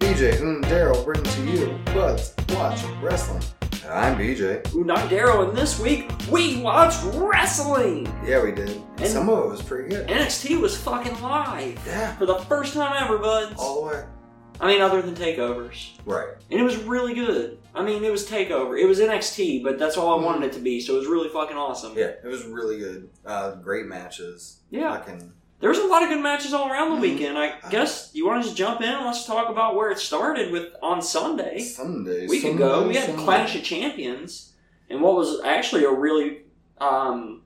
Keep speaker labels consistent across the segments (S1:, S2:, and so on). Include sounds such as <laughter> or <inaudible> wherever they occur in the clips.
S1: BJ and Daryl bring to you Buds Watch Wrestling. And I'm BJ.
S2: Ooh, not Darrow, and this week we watched wrestling!
S1: Yeah, we did.
S2: And-
S1: Some of it was pretty good.
S2: NXT was fucking live!
S1: Yeah,
S2: For the first time ever, buds!
S1: all the way.
S2: I mean, other than takeovers.
S1: Right.
S2: And it was really good. I mean, it was takeover. It was NXT, but that's all I
S1: Mhm.
S2: wanted it to be, so it was really fucking awesome.
S1: Yeah, it was really good. Uh, great matches.
S2: Yeah.
S1: Fucking,
S2: There was a lot of good matches all around the
S1: Mhm.
S2: weekend. I guess you want to just jump in and let's talk about where it started with on Sunday.
S1: Sunday.
S2: we could
S1: Sunday,
S2: go. We had
S1: Sunday.
S2: Clash of Champions, and what was actually a really, um,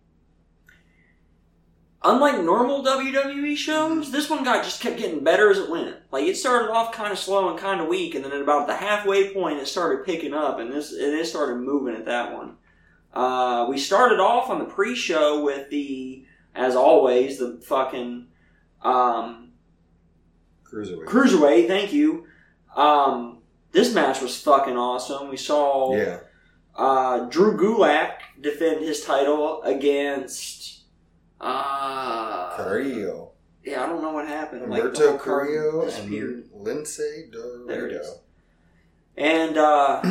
S2: unlike normal WWE shows, this one got just kept getting better as it went. Like it started off kind of slow and kind of weak, and then at about the halfway point, it started picking up, and this and it started moving at that one. Uh, we started off on the pre-show with the, as always, the fucking. Um,
S1: Cruiserweight.
S2: Cruiserweight, thank you. Um, this match was fucking awesome. We saw
S1: yeah.
S2: uh, Drew Gulak defend his title against. Uh,
S1: Carrillo.
S2: Yeah, I don't know what happened. like, the
S1: Humberto
S2: whole card
S1: Carrillo
S2: disappeared.
S1: and Lindsay
S2: There it
S1: Dorado.
S2: is.
S1: <clears throat>
S2: And uh,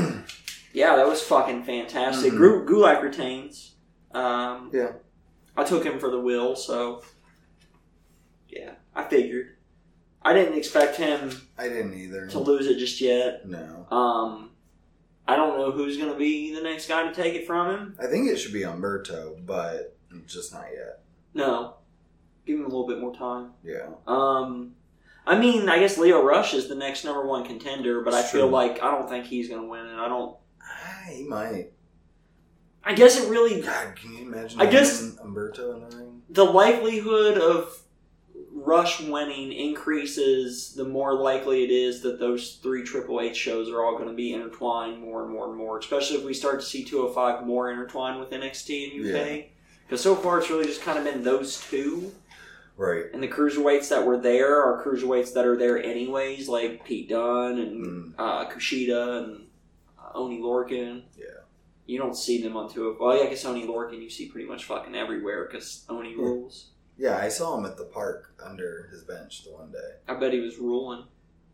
S2: yeah, that was fucking fantastic.
S1: Mhm.
S2: Gru- Gulak retains. Um,
S1: Yeah.
S2: I took him for the will, so yeah, I figured. I didn't expect him
S1: I didn't either.
S2: to lose it just yet.
S1: No.
S2: Um, I don't know who's going to be the next guy to take it from him.
S1: I think it should be Umberto, but just not yet.
S2: No, give him a little bit more time.
S1: Yeah.
S2: Um, I mean, I guess Leo Rush is the next number one contender, but I
S1: It's
S2: feel
S1: true.
S2: like I don't think he's going to win it. I don't.
S1: Ah, he might.
S2: I guess it really
S1: God, can you imagine?
S2: I guess-
S1: having Umberto in the ring.
S2: the likelihood of Rush winning increases the more likely it is that those three Triple H shows are all going to be intertwined more and more and more, especially if we start to see 205 more intertwined with NXT and UK. Because so far it's really just kind of been those two,
S1: Right.
S2: and the cruiserweights that were there are cruiserweights that are there anyways, like Pete Dunne and
S1: Mm.
S2: uh, Kushida and uh, Oni Lorcan.
S1: Yeah.
S2: You don't see them on 205. Well, yeah, I guess Oni Lorcan you see pretty much fucking everywhere because Oni
S1: Yeah.
S2: rules.
S1: Yeah, I saw him at the park under his bench the one day.
S2: I bet he was ruling.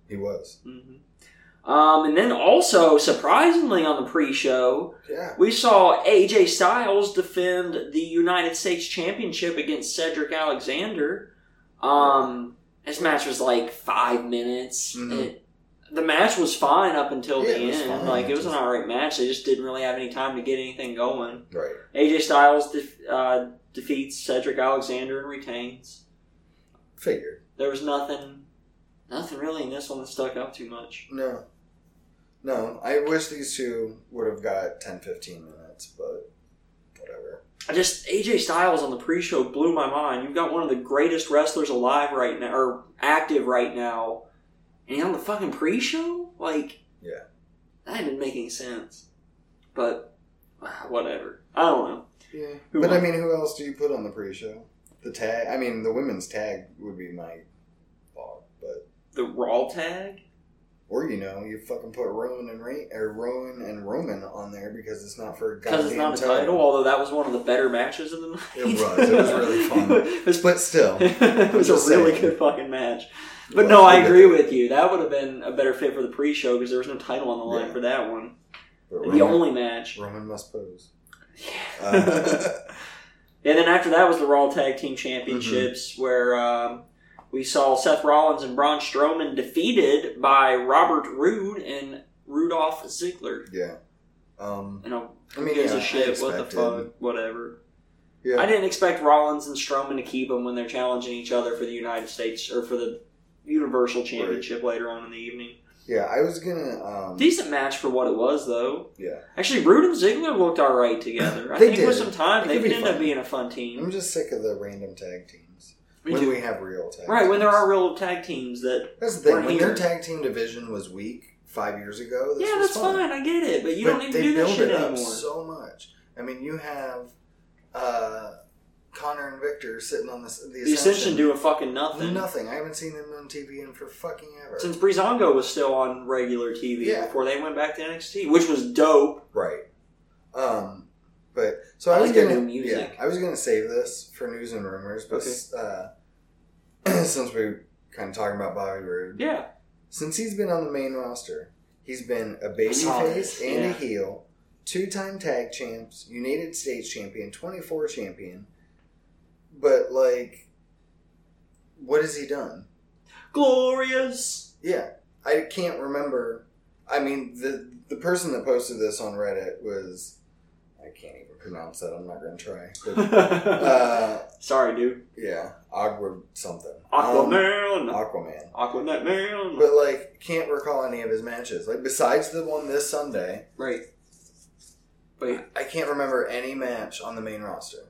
S1: He was.
S2: hmm Um, and then also, surprisingly, on the pre-show,
S1: Yeah.
S2: we saw AJ Styles defend the United States Championship against Cedric Alexander. Um, this match was like five minutes.
S1: Mhm.
S2: It- the match was fine up until
S1: Yeah,
S2: the
S1: it was
S2: end.
S1: fine.
S2: Like it was an
S1: Just-
S2: alright match. They just didn't really have any time to get anything going.
S1: Right.
S2: AJ Styles def- uh, defeats Cedric Alexander and retains
S1: Figured.
S2: there was nothing nothing really in this one that stuck out too much
S1: No. No, I wish these two would have got 10, 15 minutes, but whatever.
S2: i just aj styles on the pre-show blew my mind you've got one of the greatest wrestlers alive right now or active right now and he's on the fucking pre-show like
S1: Yeah.
S2: that didn't make any sense but ah, whatever i don't know
S1: Yeah.
S2: Who
S1: but I
S2: won?
S1: mean, who else do you put on the pre-show? The tag. I mean, the women's tag would be my thought, but
S2: the raw tag
S1: or you know, you fucking put Rowan and Ra- or Rowan and Roman on there because it's not for a
S2: because it's
S1: goddamn
S2: not a title although that was one of the better matches of the night
S1: It was. It was
S2: <laughs>
S1: really fun.
S2: It was
S1: <laughs> But still,
S2: <laughs> it was
S1: Just
S2: a really
S1: saying.
S2: good fucking match. But
S1: Well,
S2: no, I
S1: we'll get
S2: agree
S1: there.
S2: with you. That would have been a better fit for the pre-show because there was no title on the line
S1: Yeah.
S2: for that one.
S1: But
S2: The
S1: Roman,
S2: only match.
S1: Roman must
S2: <laughs>
S1: pose.
S2: and
S1: Uh, <laughs>
S2: then after that was the Raw Tag Team Championships
S1: Mm-hmm.
S2: where um, we saw Seth Rollins and Braun Strowman defeated by Robert Roode and Rudolph Ziggler.
S1: yeah. Um,
S2: And I'll
S1: I mean,
S2: gives
S1: yeah,
S2: a shit.
S1: I
S2: What the
S1: expected-
S2: fuck? Whatever.
S1: Yeah.
S2: I didn't expect Rollins and Strowman to keep them when they're challenging each other for the United States or for the Universal Championship later on in the evening.
S1: Yeah, I was gonna. Um,
S2: Decent match for what it was, though.
S1: Yeah.
S2: Actually, Rude and Ziggler looked all right together. I
S1: They
S2: think with
S1: did.
S2: some time,
S1: They could
S2: they could
S1: be
S2: end
S1: fun.
S2: up being a fun team.
S1: I'm just sick of the random tag teams.
S2: Me
S1: when
S2: too.
S1: we have real tag,
S2: right, when there
S1: teams.
S2: are real tag teams that.
S1: that's the
S2: we're
S1: thing. When
S2: here.
S1: their tag team division was weak five years ago, this
S2: yeah,
S1: was
S2: that's
S1: fun.
S2: fine. I get it, but you
S1: But
S2: don't need to
S1: they
S2: do that
S1: build
S2: shit
S1: it up
S2: anymore.
S1: so much. I mean, you have uh, Connor and Victor sitting on this, the
S2: the Ascension doing fucking nothing.
S1: nothing. I haven't seen them on TV in for fucking ever.
S2: Since Brizongo was still on regular TV
S1: Yeah.
S2: before they went back to NXT, which was dope.
S1: Right. Um, but so
S2: I
S1: I, was
S2: like their
S1: gonna
S2: new music.
S1: yeah, I was gonna save this for news and rumors, but <clears throat>
S2: Okay.
S1: uh, since we were kind of talking about Bobby Roode,
S2: Yeah.
S1: Since he's been on the main roster, he's been a
S2: saw
S1: babyface
S2: this,
S1: and
S2: yeah.
S1: a heel, two time tag champs, United States champion, 24 champion. But, like, what has he done?
S2: Glorious.
S1: Yeah, I can't remember. I mean, the the person that posted this on Reddit was I can't even pronounce that. I'm not gonna try.
S2: <laughs>
S1: But, <laughs> uh,
S2: Sorry, dude.
S1: yeah, Aqua something. Um,
S2: Aquaman.
S1: Aquaman.
S2: Aquanet Man.
S1: But like, can't recall any of his matches. Like besides the one this Sunday,
S2: Right. Wait.
S1: I can't remember any match on the main roster.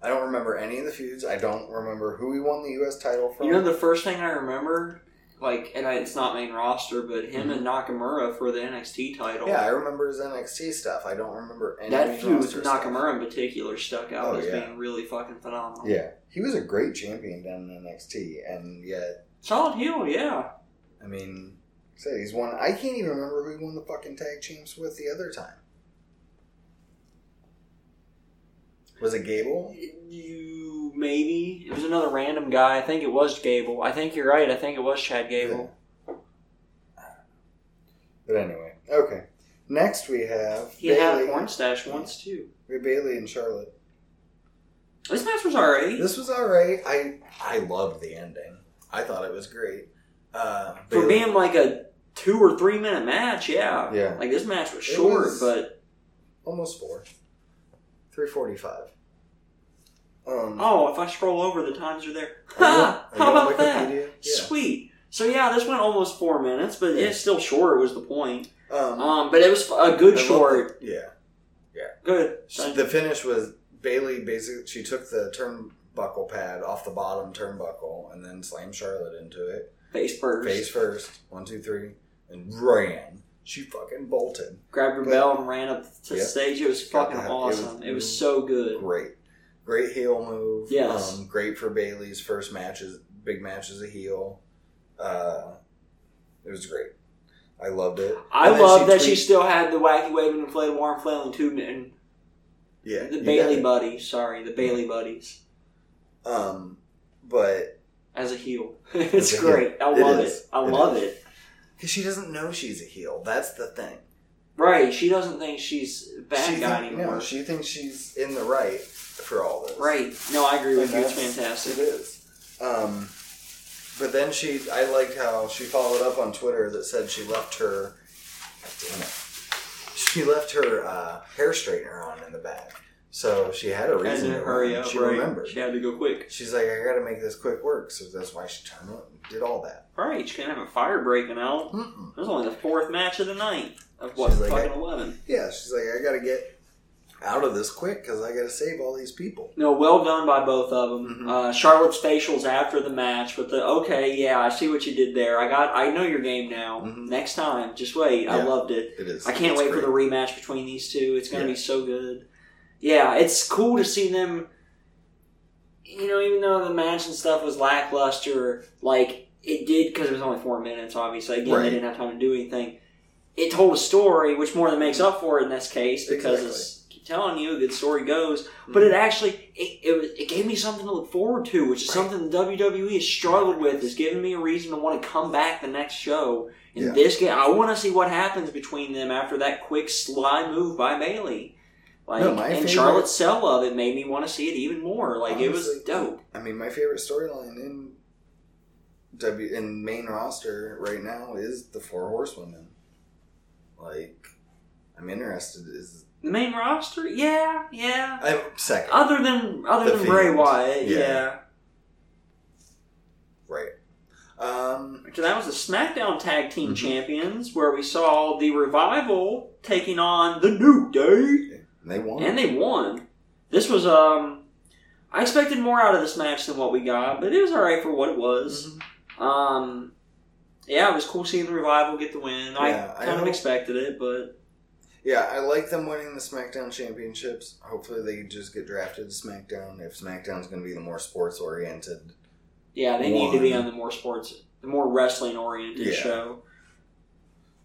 S1: I don't remember any of the feuds. I don't remember who he won the U.S. title from.
S2: You know the first thing I remember, like, and I, it's not main roster, but him and Nakamura for the NXT
S1: Mm-hmm.
S2: title.
S1: yeah, I remember his NXT stuff. I don't remember any.
S2: that
S1: main
S2: feud with
S1: roster stuff.
S2: Nakamura in particular stuck out
S1: Oh,
S2: as
S1: yeah.
S2: being really fucking phenomenal.
S1: Yeah, he was a great champion down in NXT, and yet,
S2: Solid heel, yeah.
S1: I mean, say he's won. I can't even remember who he won the fucking tag champs with the other time. Was it Gable?
S2: You maybe it was another random guy. I think it was Gable. I think you're right. I think it was Chad Gable.
S1: But anyway, okay. Next we have
S2: He had a
S1: Bailey.
S2: porn stash once too.
S1: We have Bailey and Charlotte.
S2: This match was alright.
S1: This was all right. I I loved the ending. I thought it was great. Uh,
S2: for
S1: Bayley-
S2: being like a two or three minute match, yeah.
S1: Yeah.
S2: Like this match was short,
S1: was-
S2: but
S1: almost four, three forty-five. Um,
S2: oh, if I scroll over, the times are there.
S1: Are you on-
S2: Ha!
S1: are you
S2: <laughs> How
S1: on
S2: about that?
S1: Wikipedia? Yeah.
S2: Sweet. So yeah, this went almost four minutes, but
S1: Yeah.
S2: it's still short. Was the point?
S1: Um,
S2: Um, but it was a good
S1: I love
S2: short.
S1: the- yeah.
S2: Good.
S1: So the finish was Bailey basically she took the turnbuckle pad off the bottom turnbuckle and then slammed Charlotte into it
S2: Face first.
S1: face first one two three and ran. She fucking bolted.
S2: Grabbed her
S1: But-
S2: bell and ran up to
S1: Yeah.
S2: the stage. It was
S1: Got
S2: fucking
S1: that. It was-
S2: awesome. It was so good.
S1: Great, great heel move.
S2: Yes.
S1: Um, great for Bailey's first matches, big match as a heel. Uh, it was great. I loved it.
S2: I
S1: And then
S2: love that she
S1: tweet-
S2: still had the wacky waving inflatable arm flailing tube and
S1: yeah
S2: the
S1: you
S2: Bailey
S1: got
S2: buddies. Sorry, the Bailey buddies
S1: it. Um, but
S2: as a heel. <laughs> it's
S1: a heel.
S2: great. I
S1: It
S2: love
S1: is.
S2: it. I
S1: It
S2: love
S1: is.
S2: it.
S1: because she doesn't know she's a heel. That's the thing.
S2: Right? She doesn't think she's a bad
S1: she
S2: guy
S1: think-
S2: anymore.
S1: No, she thinks she's in the right for all this.
S2: right? No, I agree
S1: And
S2: with you. It's
S1: that's- It
S2: fantastic.
S1: is. Um, but then she, I liked how she followed up on Twitter that said she left her, damn it, she left her uh, hair straightener on in the back. So she had a
S2: Had
S1: reason
S2: to
S1: to
S2: hurry
S1: run.
S2: up.
S1: She
S2: right?
S1: remembered.
S2: She had to go quick.
S1: She's like, I gotta make this quick work. So that's why she turned it and did all that.
S2: Right? She can't have a fire breaking out.
S1: Mm-mm.
S2: It was only the fourth match of the night of what
S1: She's like,
S2: fucking
S1: I-
S2: eleven.
S1: Yeah, she's like, I gotta get out of this quick because I gotta save all these people.
S2: No, well done by both of them.
S1: Mhm.
S2: Uh, Charlotte's facials after the match with the okay, yeah, I see what you did there. I got, I know your game now.
S1: Mhm.
S2: Next time, just wait. I
S1: Yeah.
S2: loved it.
S1: It is.
S2: I can't
S1: it's
S2: wait
S1: great.
S2: for the rematch between these two. It's gonna
S1: Yeah.
S2: be so good. Yeah, it's cool to see them. You know, even though the match and stuff was lackluster, like it did because it was only four minutes. Obviously, again,
S1: Right.
S2: they didn't have time to do anything. It told a story, which more than makes up for it in this case because it's keep telling you a good story goes. But it actually it, it, was- it gave me something to look forward to, which is
S1: Hmm. Right.
S2: something the WWE has struggled with. Is giving me a reason to want to come back the next show. And
S1: Yeah.
S2: this game, I want to see what happens between them after that quick sly move by Bailey. Like
S1: No, my
S2: and
S1: favorite-
S2: Charlotte's sell of it made me want to see it even more. Like it was
S1: Honestly,
S2: dope.
S1: I mean, my favorite storyline in W in main roster right now is the Four Horsewomen. Like, I'm interested. Is
S2: The main roster, yeah, yeah.
S1: I'm second,
S2: Other than other
S1: The
S2: than Bray
S1: Fiend.
S2: Wyatt,
S1: Yeah.
S2: yeah.
S1: right? Um,
S2: So that was the SmackDown Tag Team
S1: Mhm.
S2: Champions, where we saw the Revival taking on the New Day.
S1: and they won.
S2: And they won. This was um I expected more out of this match than what we got, but it was alright for what it was.
S1: Mhm.
S2: Um yeah, it was cool seeing the revival get the win.
S1: Yeah, I
S2: I kind of
S1: hope-
S2: expected it, but
S1: Yeah, I like them winning the SmackDown championships. Hopefully, they just get drafted to SmackDown. If SmackDown's going to be the more sports oriented,
S2: yeah, they need to be
S1: One.
S2: on the more sports the more wrestling oriented
S1: Yeah.
S2: show.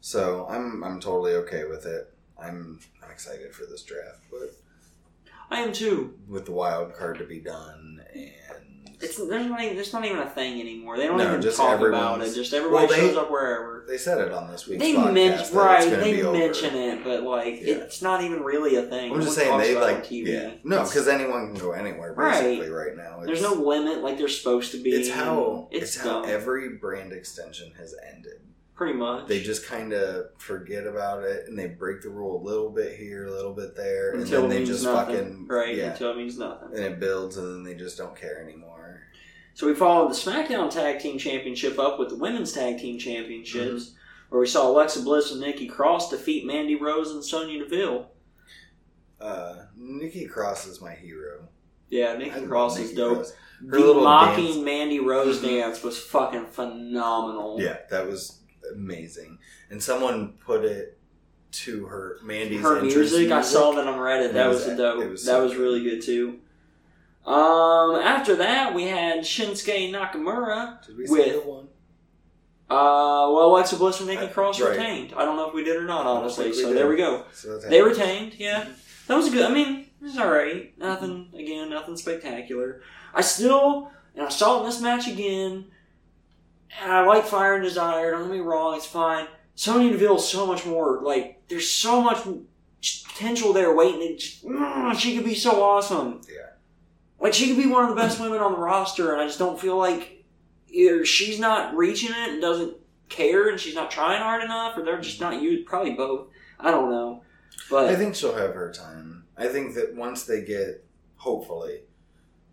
S1: so I'm I'm totally okay with it. I'm I'm excited for this draft, but
S2: I am too.
S1: with the wild card to be done and
S2: It's there's not even it's not even a thing anymore. They don't
S1: No,
S2: even
S1: just
S2: talk about
S1: everyone's-
S2: it. Just everybody
S1: Well, they-
S2: shows up wherever.
S1: They said it on this week's
S2: They
S1: podcast.
S2: men-
S1: that it's
S2: right.
S1: gonna
S2: They
S1: be over.
S2: mention it, but like
S1: Yeah.
S2: it's not even really a thing.
S1: I'm just
S2: No
S1: saying
S2: one
S1: they
S2: talks about it on
S1: like yeah. No,
S2: It's-
S1: because anyone can go anywhere
S2: Right.
S1: basically right, now. It's,
S2: there's no limit like they're supposed to be.
S1: It's how
S2: it's,
S1: it's, how
S2: dumb,
S1: every brand extension has ended.
S2: pretty much.
S1: They just kind of forget about it and they break the rule a little bit here, a little bit there, and
S2: until
S1: then
S2: it
S1: they
S2: means
S1: just
S2: nothing,
S1: fucking
S2: right
S1: yeah,
S2: until it means nothing.
S1: and it builds and then they just don't care anymore.
S2: So we followed the SmackDown Tag Team Championship up with the Women's Tag Team Championships,
S1: Mm-hmm.
S2: where we saw Alexa Bliss and Nikki Cross defeat Mandy Rose and Sonya Deville.
S1: Uh, Nikki Cross is my hero.
S2: Yeah,
S1: I
S2: Nikki
S1: love
S2: Cross
S1: Nikki
S2: is dope.
S1: Cross. Her
S2: The
S1: little
S2: mocking
S1: dance-
S2: Mandy Rose
S1: Mhm.
S2: dance was fucking phenomenal.
S1: Yeah, that was amazing. And someone put it to her Mandy's
S2: her
S1: entrance
S2: music, I saw
S1: music.
S2: that on Reddit.
S1: It
S2: That
S1: was-
S2: was, a dope.
S1: it was
S2: that
S1: so
S2: was
S1: good.
S2: really good too. Um, after that, we had Shinsuke Nakamura.
S1: Did we
S2: with-
S1: say the one?
S2: Uh, well, Alexa Bliss and Nikki
S1: Uh,
S2: Cross
S1: right.
S2: retained. I don't know if we did or not,
S1: I don't
S2: honestly.
S1: think we
S2: so
S1: did.
S2: there we go.
S1: So that's
S2: They
S1: how-
S2: retained, yeah. That was good. I mean, it was all right. Nothing again, nothing spectacular. I still, and I saw it in this match again. And I like Fire and Desire. Don't get me wrong; it's fine. Sonya Deville is so much more. Like, there's so much potential there waiting. To, just- mm, she could be so awesome.
S1: Yeah.
S2: Like she could be one of the best women on the roster, and I just don't feel like either she's not reaching it and doesn't care, and she's not trying hard enough, or they're just not you. Probably both. I don't know, but
S1: I think she'll have her time. I think that once they get, hopefully,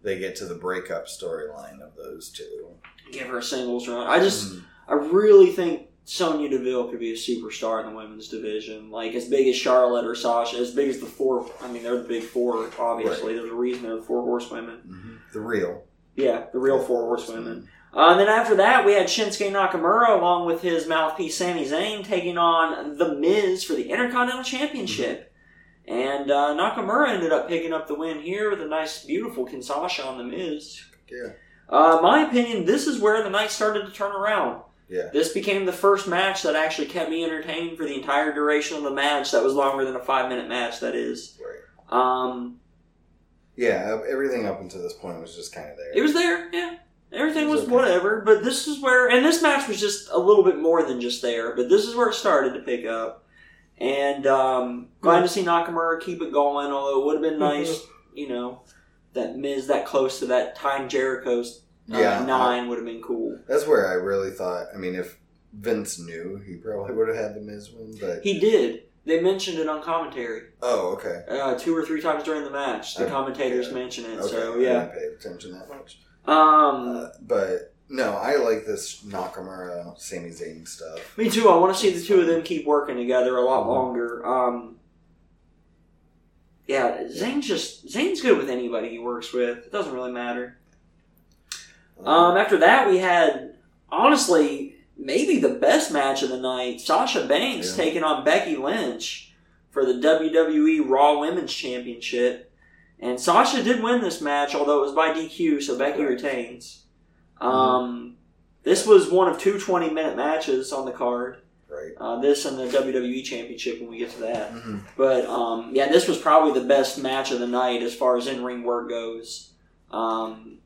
S1: they get to the breakup storyline of those two.
S2: give her a singles run. I just,
S1: Mm.
S2: I really think Sonya Deville could be a superstar in the women's division, like as big as Charlotte or Sasha, as big as the four. I mean, they're the big four, obviously. There's a reason they're the four horsewomen.
S1: Mhm. the real,
S2: Yeah, the real four horsewomen. Uh, and then after that, we had Shinsuke Nakamura along with his mouthpiece Sami Zayn taking on The Miz for the Intercontinental Championship. And uh, Nakamura ended up picking up the win here with a nice, beautiful Kinshasa on The Miz.
S1: Yeah,
S2: Uh, my opinion, this is where the night started to turn around.
S1: yeah.
S2: This became the first match that actually kept me entertained for the entire duration of the match. That was longer than a five minute match. That is,
S1: Right.
S2: um,
S1: Yeah, uh, everything up until this point was just kind of there.
S2: it was there. Yeah, everything
S1: It
S2: was,
S1: was okay.
S2: whatever. But this is where, and this match was just a little bit more than just there. But this is where it started to pick up. And um, glad to see Nakamura keep it going. Although it would have been
S1: Mm-hmm.
S2: nice, you know, that Miz that close to that time Jericho's uh,
S1: Yeah,
S2: nine would have been cool.
S1: That's where I really thought. I mean, if Vince knew, he probably <laughs> would have had the Miz win. But
S2: He did. They mentioned it on commentary
S1: oh, okay.
S2: uh, two or three times during the match. The
S1: Okay.
S2: commentators
S1: Yeah.
S2: mention it,
S1: okay.
S2: so
S1: I
S2: yeah.
S1: didn't pay attention that much.
S2: Um,
S1: Uh, but no, I like this Nakamura, Sami Zayn stuff.
S2: me too. I want to see the two of them keep working together a lot longer. Um, yeah, Zane's just Zane's good with anybody he works with. It doesn't really matter. Um, after that, we had honestly maybe the best match of the night: Sasha Banks
S1: Yeah.
S2: taking on Becky Lynch for the WWE Raw Women's Championship, and Sasha did win this match, although it was by DQ, so Becky
S1: Correct. Mm-hmm.
S2: retains. Um, this was one of two 20 minute matches on the card.
S1: right.
S2: Uh, this and the WWE Championship when we get to that.
S1: hmm
S2: But um, yeah, this was probably the best match of the night as far as in ring work goes. Um,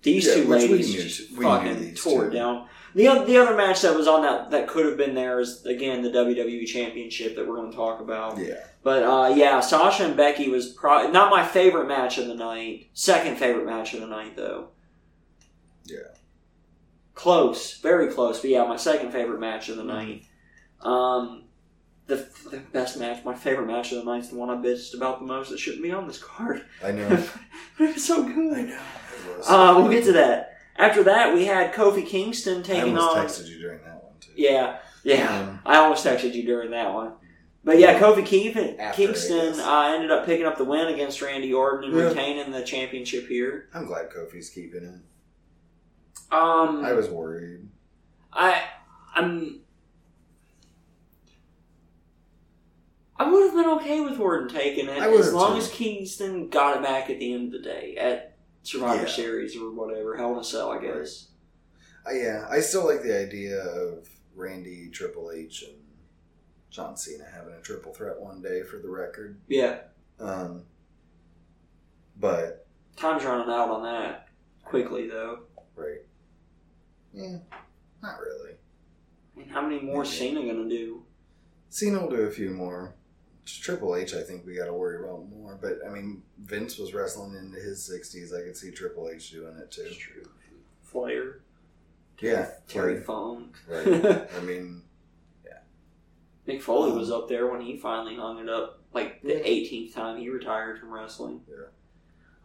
S2: these
S1: Yeah,
S2: two
S1: which we
S2: ladies
S1: knew-
S2: just
S1: we knew
S2: fucking
S1: these
S2: tore it
S1: two.
S2: down. The oth- the other match that was on that that could have been there is again the WWE Championship that we're going to talk about.
S1: Yeah.
S2: But uh, yeah, Sasha and Becky was probably not my favorite match of the night. Second favorite match of the night though.
S1: Yeah.
S2: Close, very close. But yeah, my second favorite match of
S1: Mm-hmm.
S2: the night. Um, the, the best match, my favorite match of the night is the one I bitched about the most. That shouldn't be on this card.
S1: I
S2: <laughs>
S1: know.
S2: it was so
S1: I
S2: good.
S1: know. It was.
S2: Uh, we'll get to that. After that, we had Kofi Kingston
S1: I
S2: taking
S1: almost
S2: on.
S1: texted you during that one too.
S2: Yeah, yeah.
S1: Um,
S2: I almost texted you during that one. But yeah,
S1: Yeah.
S2: Kofi Keefe,
S1: After, I
S2: Kingston
S1: guess.
S2: uh, ended up picking up the win against Randy Orton and
S1: Yeah.
S2: retaining the championship here.
S1: I'm glad Kofi's keeping it.
S2: Um,
S1: I was worried.
S2: I, I'm, I would have been okay with Orton taking it
S1: I would
S2: as
S1: have
S2: long
S1: too.
S2: as Kingston got it back at the end of the day at Survivor
S1: Yeah.
S2: Series or whatever Hell in a Cell, I guess.
S1: Uh, yeah, I still like the idea of Randy, Triple H, and John Cena having a triple threat one day for the record.
S2: Yeah,
S1: Um, but
S2: time's running out on that. quickly though.
S1: Right. Yeah. Not really.
S2: And how many more is Cena gonna do?
S1: Cena will do a few more. It's Triple H, I think we got to worry about more. But I mean, Vince was wrestling into his sixties. I could see Triple H doing it too.
S2: true. Flair,
S1: Yeah,
S2: Terry
S1: right. <laughs>
S2: Funk. <laughs>
S1: right. I mean,
S2: Mick Foley was up there when he finally hung it up, like the
S1: Um, Yeah.
S2: 18th time he retired from wrestling.
S1: Yeah.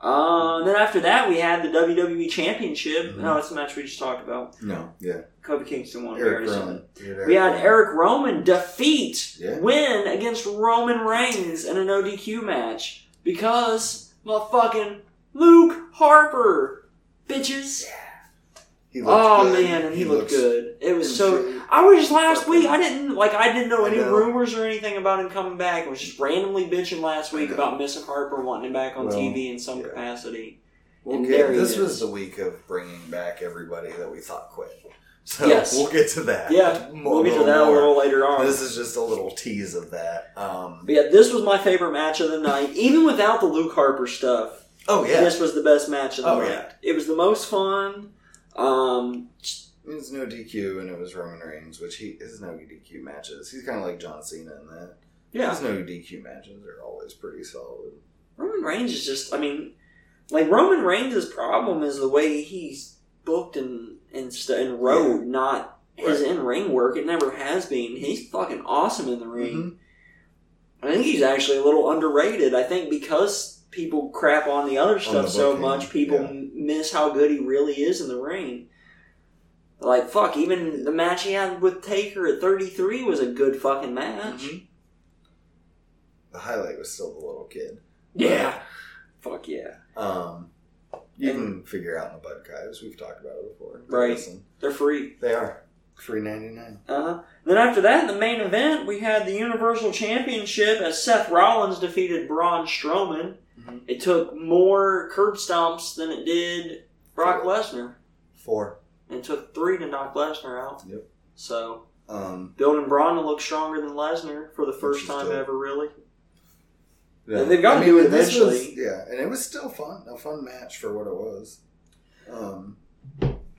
S2: Uh, and then after that, we had the WWE Championship.
S1: Mhm.
S2: No, that's the match we just talked about.
S1: no, yeah.
S2: Kobe Kingston won.
S1: Eric
S2: Barry Sanders.
S1: Rowan.
S2: We had Eric Roman defeat
S1: Yeah.
S2: win against Roman Reigns in an ODQ match because motherfucking Luke Harper, bitches.
S1: He looked
S2: Oh
S1: good.
S2: man, and he, looked
S1: looks-
S2: good. It was so
S1: Shit.
S2: I was just last week. I didn't like. I didn't know
S1: I
S2: any
S1: know.
S2: rumors or anything about him coming back. I was just randomly bitching last
S1: I
S2: week
S1: know.
S2: about missing Harper wanting him back on
S1: Well,
S2: TV in some
S1: yeah.
S2: capacity.
S1: We'll
S2: And
S1: get-
S2: there he
S1: this
S2: is.
S1: was the week of bringing back everybody that we thought quit. So
S2: Yes.
S1: we'll get to that.
S2: Yeah,
S1: More,
S2: we'll get to that a little later on.
S1: This is just a little tease of that. Um,
S2: but yeah, this was my favorite match of the night, even without the Luke Harper stuff.
S1: oh yeah,
S2: This was the best match of the
S1: Oh,
S2: night.
S1: yeah.
S2: It was the most fun. Um,
S1: It was no DQ, and it was Roman Reigns, which he is no DQ matches. He's kind of like John Cena in that.
S2: yeah,
S1: His no DQ matches are always pretty solid.
S2: Roman Reigns is just. I mean, like Roman Reigns' problem is the way he's booked and and, st- and rode, not his in ring work. It never has been. He's fucking awesome in the ring.
S1: Mm-hmm.
S2: I think he's actually a little underrated. I think because people crap on the other stuff
S1: the
S2: so
S1: booking,
S2: much, people
S1: yeah.
S2: m miss how good he really is in the ring. Like fuck, even the match he had with Taker at 33 was a good fucking match.
S1: Mhm. The highlight was still the little kid.
S2: Yeah. Fuck yeah.
S1: Um, you
S2: And-
S1: can figure out in the Budkives. We've talked about it before.
S2: Right.
S1: Listen,
S2: They're free.
S1: they are free ninety nine.
S2: Uh-huh. Then after that, in the main event, we had the Universal Championship as Seth Rollins defeated Braun Strowman.
S1: Mhm.
S2: It took more curb stomps than it did Brock
S1: Four.
S2: Lesnar.
S1: Four.
S2: And it took three to knock Lesnar out.
S1: Yep.
S2: So
S1: Um,
S2: building Braun to look stronger than Lesnar for the first
S1: is
S2: time
S1: dope.
S2: ever, really.
S1: yeah.
S2: And they've gotta do it
S1: and this was-
S2: eventually.
S1: yeah, and it was still fun. A fun match for what it was. Um,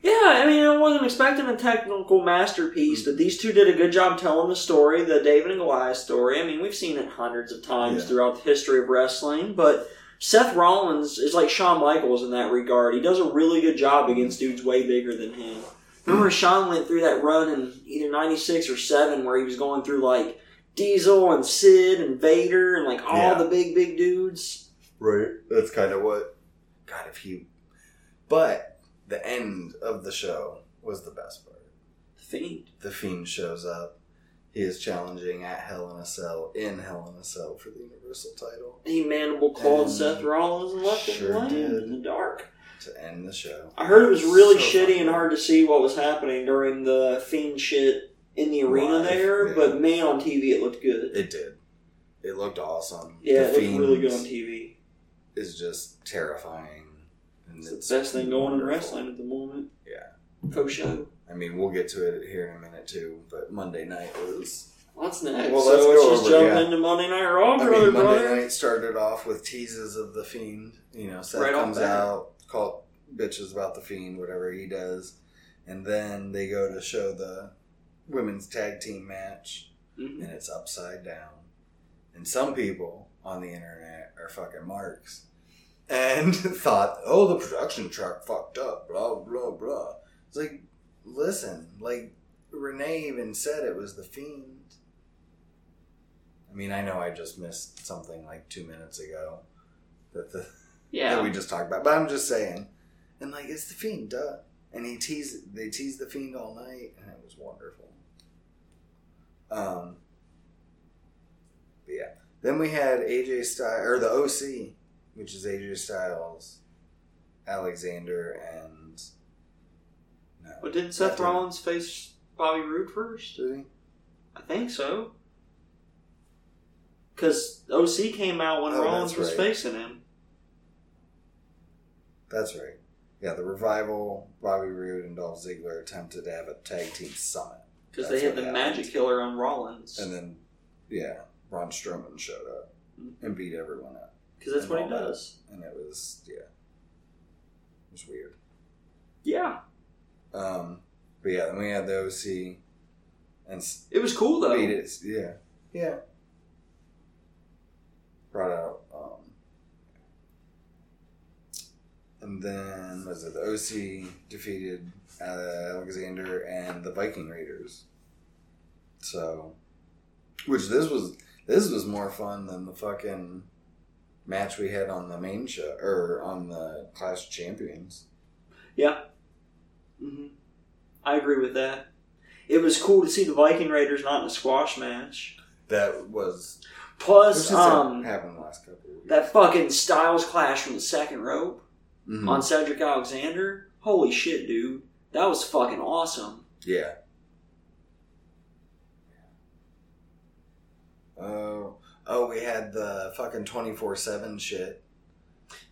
S2: Yeah, I mean, I wasn't expecting a technical masterpiece, but these two did a good job telling the story, the David and Goliath story. I mean, we've seen it hundreds of times
S1: Yeah.
S2: throughout the history of wrestling, but Seth Rollins is like Shawn Michaels in that regard. He does a really good job against dudes way bigger than him. Remember, Shawn went through that run in either 96 or 7 where he was going through like Diesel and Sid and Vader and like all
S1: Yeah.
S2: the big, big dudes.
S1: Right. That's kind of what. God, if he. But the end of the show was the best part.
S2: Fiend.
S1: The Fiend shows up. He is challenging at Hell in a Cell, in Hell in a Cell for the Universal title
S2: He mandible clawed
S1: And
S2: Seth Rollins and left him
S1: sure
S2: laying
S1: did.
S2: in the dark.
S1: to end the show.
S2: I heard it was really
S1: So
S2: shitty
S1: fucking-
S2: and hard to see what was happening during the Fiend shit in the arena
S1: Live,
S2: there,
S1: yeah.
S2: but man, on TV it looked good.
S1: It did. It looked awesome.
S2: Yeah,
S1: the
S2: it looked really good on
S1: Fiend
S2: TV.
S1: Is just terrifying. And
S2: It's, the best thing going in
S1: wonderful.
S2: wrestling at the moment. Yeah. For sure.
S1: I mean, we'll get to it here in a minute too. But Monday night was.
S2: What's next?
S1: Well,
S2: so
S1: let's
S2: let's
S1: go
S2: just
S1: over,
S2: jump
S1: yeah.
S2: into Monday Night Raw,
S1: I
S2: brother,
S1: mean, Monday
S2: brother.
S1: night started off with teases of the fiend. You know, Seth
S2: Right off
S1: comes
S2: bat.
S1: out, call bitches about the fiend, whatever he does, and then they go to show the women's tag team match,
S2: Mhm.
S1: and it's upside down. And some people on the internet are fucking marks, and <laughs> thought, "Oh, the production truck fucked up." Blah blah blah. It's like, listen, like Renee even said it was the fiend. I mean, I know I just missed something like two minutes ago that the that we just talked about, but I'm just saying, and like it's the fiend, duh. And he teased, they teased the fiend all night, and it was wonderful. Um, but yeah. Then we had AJ Styles or the OC, which is AJ Styles, Alexander, and no,
S2: But didn't Seth
S1: That didn't-
S2: Rollins face Bobby Roode first?
S1: did he?
S2: I think so. Because OC came out when
S1: Oh,
S2: Rollins
S1: that's
S2: was
S1: right.
S2: facing him.
S1: That's right. Yeah, the revival, Bobby Roode and Dolph Ziggler attempted to have a tag team summit,
S2: Because they
S1: That's
S2: hit
S1: what
S2: the
S1: happened.
S2: magic killer on Rollins.
S1: and then yeah, Braun Strowman showed up and beat everyone up,
S2: Because that's what he
S1: and all that.
S2: does.
S1: and it was yeah, it was weird.
S2: Yeah,
S1: Um, but yeah, then we had the OC and s-
S2: it was cool though.
S1: beat it. Yeah, yeah. Brought out, um, and then was it the OC defeated uh, Alexander and the Viking Raiders? So, which this was this was more fun than the fucking match we had on the main show or on the Clash of Champions.
S2: hmm I agree with that. It was cool to see the Viking Raiders not in a squash match.
S1: That was
S2: Plus, um,
S1: happened the last couple of years.
S2: that fucking Styles clash from the second rope
S1: Mhm.
S2: on Cedric Alexander. Holy shit, dude! That was fucking awesome.
S1: Yeah. Oh, oh, we had the fucking twenty four seven shit.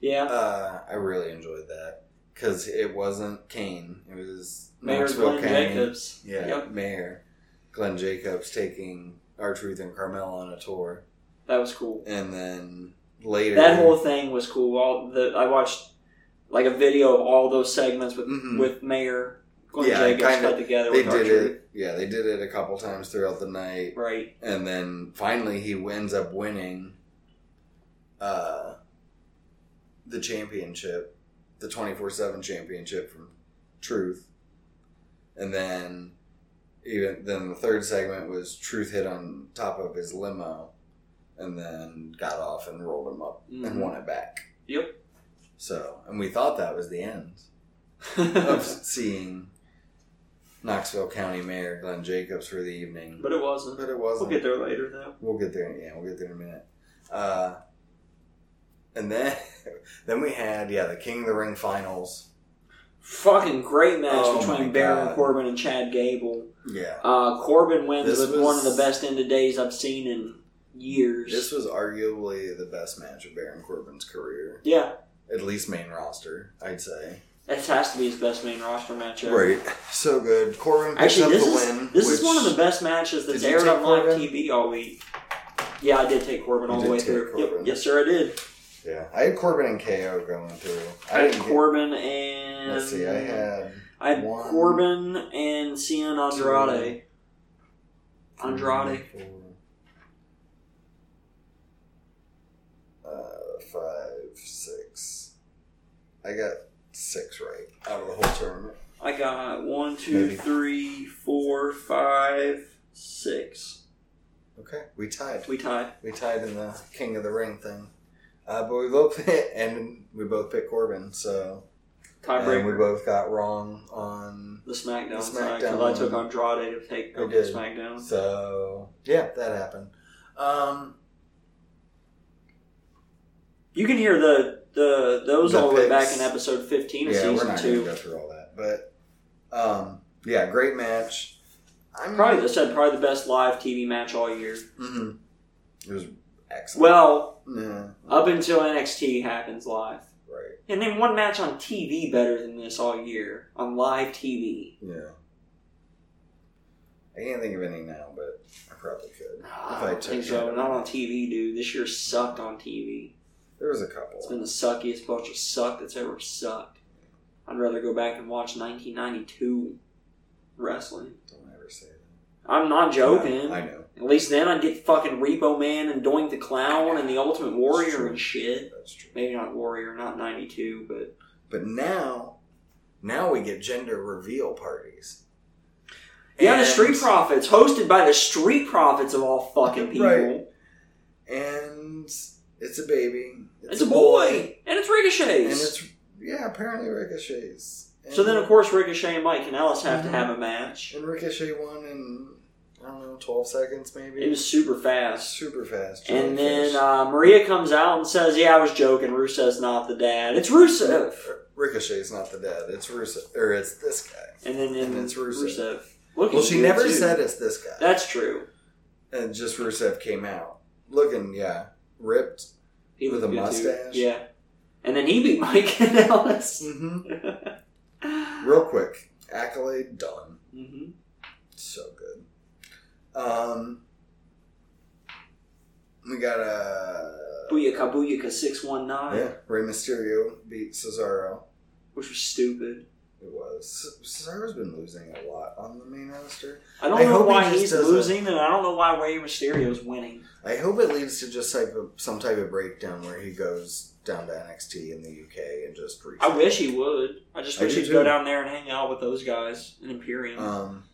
S2: Yeah,
S1: Uh, I really enjoyed that because it wasn't Kane; it was
S2: Mayor
S1: Knoxville
S2: Glenn
S1: County.
S2: Jacobs.
S1: Yeah,
S2: Yep.
S1: Mayor Glenn Jacobs taking our Truth and Carmella on a tour,
S2: that was cool.
S1: and then later
S2: That whole thing was cool. All the I watched like a video of all those segments with
S1: Mhm.
S2: with Mayor Glenn
S1: Yeah,
S2: Jacobs
S1: kinda-
S2: cut together.
S1: they
S2: with our
S1: did
S2: truth.
S1: it. Yeah, they did it a couple times throughout the night.
S2: right.
S1: and then finally he ends up winning uh, the championship, the twenty four seven championship from Truth, and then even then the third segment was Truth hit on top of his limo, and then got off and rolled him up and
S2: Mhm.
S1: won it back.
S2: Yep.
S1: So, and we thought that was the
S2: <laughs>
S1: end of seeing Knoxville County Mayor Glenn Jacobs for the evening,
S2: but it wasn't.
S1: but it wasn't.
S2: We'll get there later though.
S1: We'll get there. Yeah, we'll get there in a minute. Uh, and then, <laughs> then we had yeah the King of the Ring finals.
S2: Fucking great match
S1: Oh my
S2: between Baron
S1: God.
S2: Corbin and Chad Gable.
S1: Yeah,
S2: Uh, Corbin wins
S1: This
S2: with
S1: was-
S2: one of the best end of days I've seen in years.
S1: this was arguably the best match of Baron Corbin's career,
S2: yeah,
S1: at least main roster, I'd say.
S2: this has to be his best main roster match ever.
S1: Right, so good. Corbin picks
S2: Actually,
S1: up
S2: this
S1: the
S2: is
S1: win.
S2: this is
S1: which-
S2: one of the best matches that's
S1: Did you
S2: aired
S1: take
S2: on live
S1: Corbin?
S2: TV all week. Yeah, I did take Corbin
S1: You
S2: all the
S1: did
S2: way
S1: take
S2: through. Yep.
S1: Corbin.
S2: Yes, sir, I did.
S1: Yeah, I had Corbin and KO going through.
S2: I, had
S1: didn't
S2: Corbin and
S1: Get, let's see, I had
S2: I had
S1: one,
S2: Corbin and Cian Andrade. Andrade.
S1: three, four, uh, five, six. I got six right out of the whole tournament.
S2: I got one, two,
S1: Maybe.
S2: three, four, five, six.
S1: Okay, we tied.
S2: We tied.
S1: We tied in the King of the Ring thing. Uh, but we both <laughs> hit, and we both picked Corbin. So and we
S2: Tiebreaker.
S1: both got wrong on.
S2: The SmackDown,
S1: The
S2: side, 'cause
S1: SmackDown
S2: I took
S1: one.
S2: Andrade to take
S1: I
S2: over the
S1: did.
S2: SmackDown.
S1: So yeah, that happened. Um,
S2: You can hear the the those
S1: The
S2: all the way
S1: picks.
S2: back in episode fifteen of
S1: yeah, we're
S2: season
S1: not going to
S2: two.
S1: go through all that, but um, yeah, great match. I'm
S2: Probably I said probably the best live TV match all year.
S1: Mhm. It was excellent.
S2: Well,
S1: yeah,
S2: up until NXT happens live.
S1: right.
S2: And then one match on TV better than this all year on live TV.
S1: Yeah. I can't think of any now, but I probably could.
S2: I
S1: I
S2: don't think
S1: took
S2: so.
S1: it.
S2: Not on TV, dude. This year sucked on TV.
S1: There was a
S2: It's
S1: couple.
S2: been the suckiest bunch of suck that's ever sucked. I'd rather go back and watch 1992 wrestling.
S1: Don't ever say that.
S2: I'm not joking.
S1: I know.
S2: At least then I'd get fucking Repo Man and Doink the Clown and the Ultimate
S1: It's
S2: Warrior
S1: true.
S2: and shit.
S1: That's true.
S2: Maybe not Warrior, not 92, but
S1: But now, now we get gender reveal parties.
S2: Yeah, the
S1: And-
S2: Street Profits, hosted by the Street Profits of all fucking people.
S1: Right. And it's a baby.
S2: It's, a boy. And it's Ricochet's.
S1: And it's, yeah, apparently ricochets. And,
S2: so then, of course, Ricochet and Mike Kanellis have
S1: Mhm.
S2: to have a match.
S1: And Ricochet won in, I don't know, 12 seconds maybe?
S2: It was super fast.
S1: super fast.
S2: And
S1: jellyfish.
S2: then uh, Maria comes out and says, Yeah, I was joking. Rusev's not the dad. It's uh, Rusev.
S1: Ricochet's not the dad. It's Rusev, or it's this guy.
S2: And then and
S1: And it's Rusev.
S2: Look at
S1: Well, she
S2: you,
S1: never
S2: too.
S1: said it's this guy,
S2: That's true.
S1: and just Rusev came out looking, yeah, ripped.
S2: He
S1: With
S2: looked
S1: a
S2: good, too.
S1: mustache?
S2: Yeah. And then he beat Mike <laughs> Kanellis.
S1: Mm-hmm.
S2: mm-hmm.
S1: Real quick, accolade done. So good. Um, we got uh, a
S2: Booyaka Booyaka 619,
S1: yeah. Rey Mysterio beat Cesaro,
S2: which was stupid.
S1: It was. Cesaro's been losing a lot on the main roster.
S2: I don't
S1: I
S2: know
S1: hope he
S2: why
S1: just
S2: he's
S1: doesn't-
S2: losing, and I don't know why Rey Mysterio's winning.
S1: I hope it leads to just type of, some type of breakdown where he goes down to NXT in the UK and just
S2: I
S1: resets.
S2: wish he would. I just
S1: I
S2: wish
S1: do
S2: he'd go
S1: too.
S2: down there and hang out with those guys in Imperium.
S1: Um,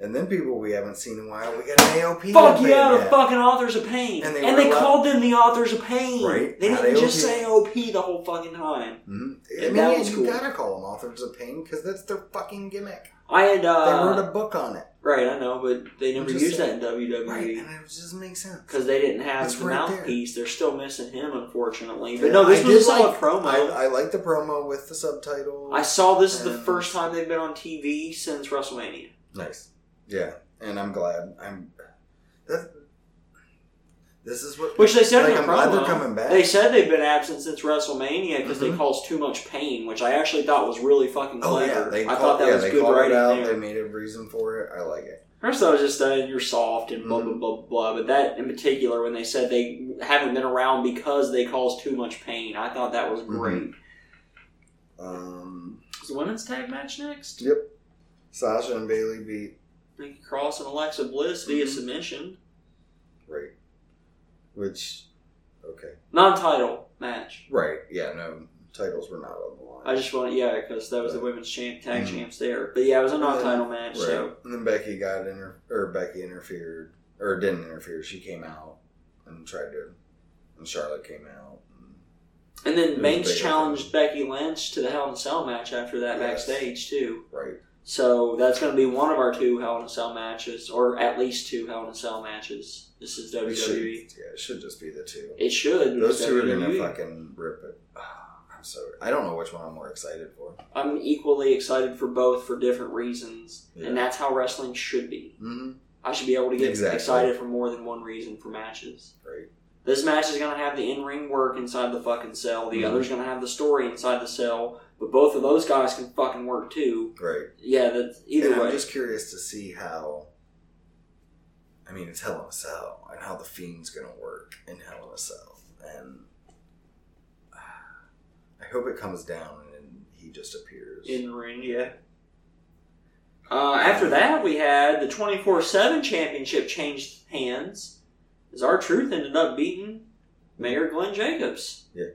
S1: and then people we haven't seen in a while, we got an AOP.
S2: Fuck
S1: debate
S2: yeah, the
S1: yet.
S2: fucking authors of pain. And
S1: And
S2: they,
S1: they were allowed-
S2: called them the authors of pain.
S1: Right,
S2: They
S1: not
S2: didn't just
S1: AOP.
S2: say OP the whole fucking time.
S1: Mhm.
S2: And
S1: I mean,
S2: that
S1: yeah,
S2: was
S1: you
S2: cool.
S1: gotta call them authors of pain because that's their fucking gimmick.
S2: I had
S1: They
S2: uh
S1: wrote a book on it,
S2: right, I know, but they never
S1: Just
S2: used
S1: say-
S2: that in
S1: right?
S2: WWE
S1: And it just makes sense.
S2: because they didn't have
S1: It's
S2: the
S1: right there.
S2: mouthpiece. They're still missing him, unfortunately. But
S1: Yeah,
S2: no, this
S1: I
S2: was
S1: did
S2: a solid
S1: like-
S2: promo.
S1: I, I like the promo with the subtitle.
S2: I saw this is the
S1: And-
S2: first time they've been on TV since WrestleMania.
S1: Nice. Yeah, and I'm glad. I'm. That, this is what.
S2: Which they said
S1: like,
S2: in the
S1: I'm glad
S2: promo.
S1: they're coming back.
S2: They said they've been absent since WrestleMania because they
S1: Mhm.
S2: caused too much pain, which I actually thought was really fucking
S1: oh
S2: clever.
S1: yeah, they
S2: I
S1: called,
S2: thought that
S1: yeah,
S2: was
S1: they
S2: good
S1: called
S2: writing
S1: it out.
S2: there.
S1: They made a reason for it. I like it.
S2: First, I was just saying you're soft and blah blah
S1: Mhm.
S2: blah blah. But that in particular, when they said they haven't been around because they cause too much pain, I thought that was
S1: Mm-hmm.
S2: great.
S1: Um,
S2: Is the women's tag match next?
S1: yep. Sasha and Bailey beat
S2: Nikki Cross and Alexa Bliss via
S1: Mhm.
S2: submission,
S1: right, which okay,
S2: non-title match.
S1: right? Yeah, no titles were not on the line.
S2: I just want yeah, because that was the women's champ tag
S1: Mhm.
S2: champs there. But yeah, it was a
S1: And then-
S2: non-title match.
S1: Right.
S2: So
S1: And then Becky got inter or Becky interfered or didn't interfere. She came out and tried to, and Charlotte came out.
S2: and
S1: It was
S2: then Banks
S1: big, I
S2: challenged Becky Lynch to the Hell in a Cell match after that
S1: Yes.
S2: backstage too.
S1: Right.
S2: So that's going to be one of our two Hell in a Cell matches, or at least two Hell in a Cell matches. This is
S1: It should,
S2: WWE.
S1: yeah, it should just be the two.
S2: It should. E.
S1: Those two are gonna
S2: WWE.
S1: fucking rip it. Ah, I'm so. I don't know which one I'm more excited for.
S2: I'm equally excited for both for different reasons,
S1: Yeah.
S2: and that's how wrestling should be.
S1: Mm-hmm.
S2: I should be able to get
S1: Exactly.
S2: excited for more than one reason for matches.
S1: Right.
S2: This match is going to have the in-ring work inside the fucking cell. The
S1: Mhm.
S2: other's going to have the story inside the cell. But both of those guys can fucking work too.
S1: Right.
S2: Yeah, that's either
S1: and
S2: way.
S1: I'm just curious to see how. I mean, it's Hell in a Cell, and how the Fiend's gonna work in Hell in a Cell, and ah, I hope it comes down and he just appears.
S2: In the ring, yeah. Uh, after that, we had the 24 7 championship changed hands as our truth ended up beating Mayor Glenn Jacobs.
S1: Yeah,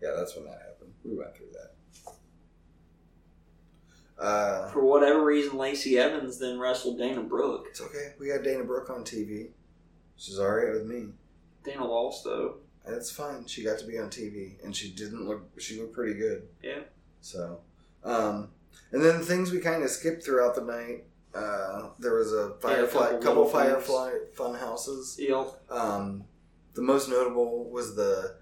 S1: that's when that happened. We went through that. Uh,
S2: For whatever reason, Lacey Evans then wrestled Dana Brooke.
S1: it's okay. We got Dana Brooke on TV. She's all right with me.
S2: Dana lost, though.
S1: That's fine. She got to be on TV, and she didn't look. She looked pretty good.
S2: Yeah.
S1: So, um, and then things we kind of skipped throughout the night. Uh, there was a firefly,
S2: couple
S1: couple,
S2: little things.
S1: firefly fun houses.
S2: Yep.
S1: Um, the most notable was the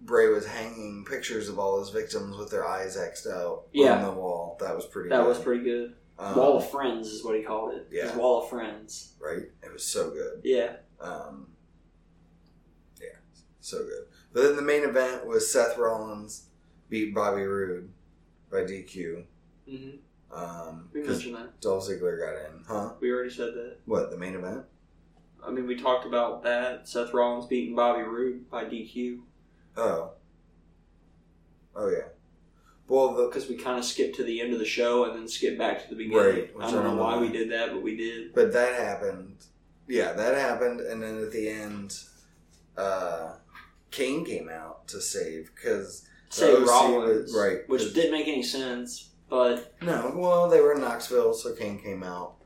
S1: Bray was hanging pictures of all his victims with their eyes xed out
S2: Yeah.
S1: on the wall. That was pretty.
S2: That
S1: good.
S2: was pretty good.
S1: Um,
S2: wall of Friends is what he called it. His
S1: Yeah.
S2: wall of Friends.
S1: right? It was so good.
S2: Yeah.
S1: Um, yeah, so good. But then the main event was Seth Rollins beat Bobby Roode by DQ.
S2: hmm
S1: Um,
S2: We
S1: 'cause
S2: mentioned that.
S1: Dolph Ziggler got in, huh?
S2: We already said that.
S1: What the main event?
S2: I mean, we talked about that. Seth Rollins beating Bobby Roode by DQ.
S1: Oh, oh yeah. Well, the
S2: because we kind of skipped to the end of the show and then skipped back to the beginning.
S1: Right, which
S2: I don't
S1: I
S2: know
S1: don't
S2: why
S1: know.
S2: we did that, but we did.
S1: but that happened. Yeah, that happened, and then at the end, uh, Kane came out to save because
S2: Say
S1: OC
S2: Rollins,
S1: was- right,
S2: Which
S1: 'cause-
S2: didn't make any sense, but
S1: No, well, they were in Knoxville, so Kane came out.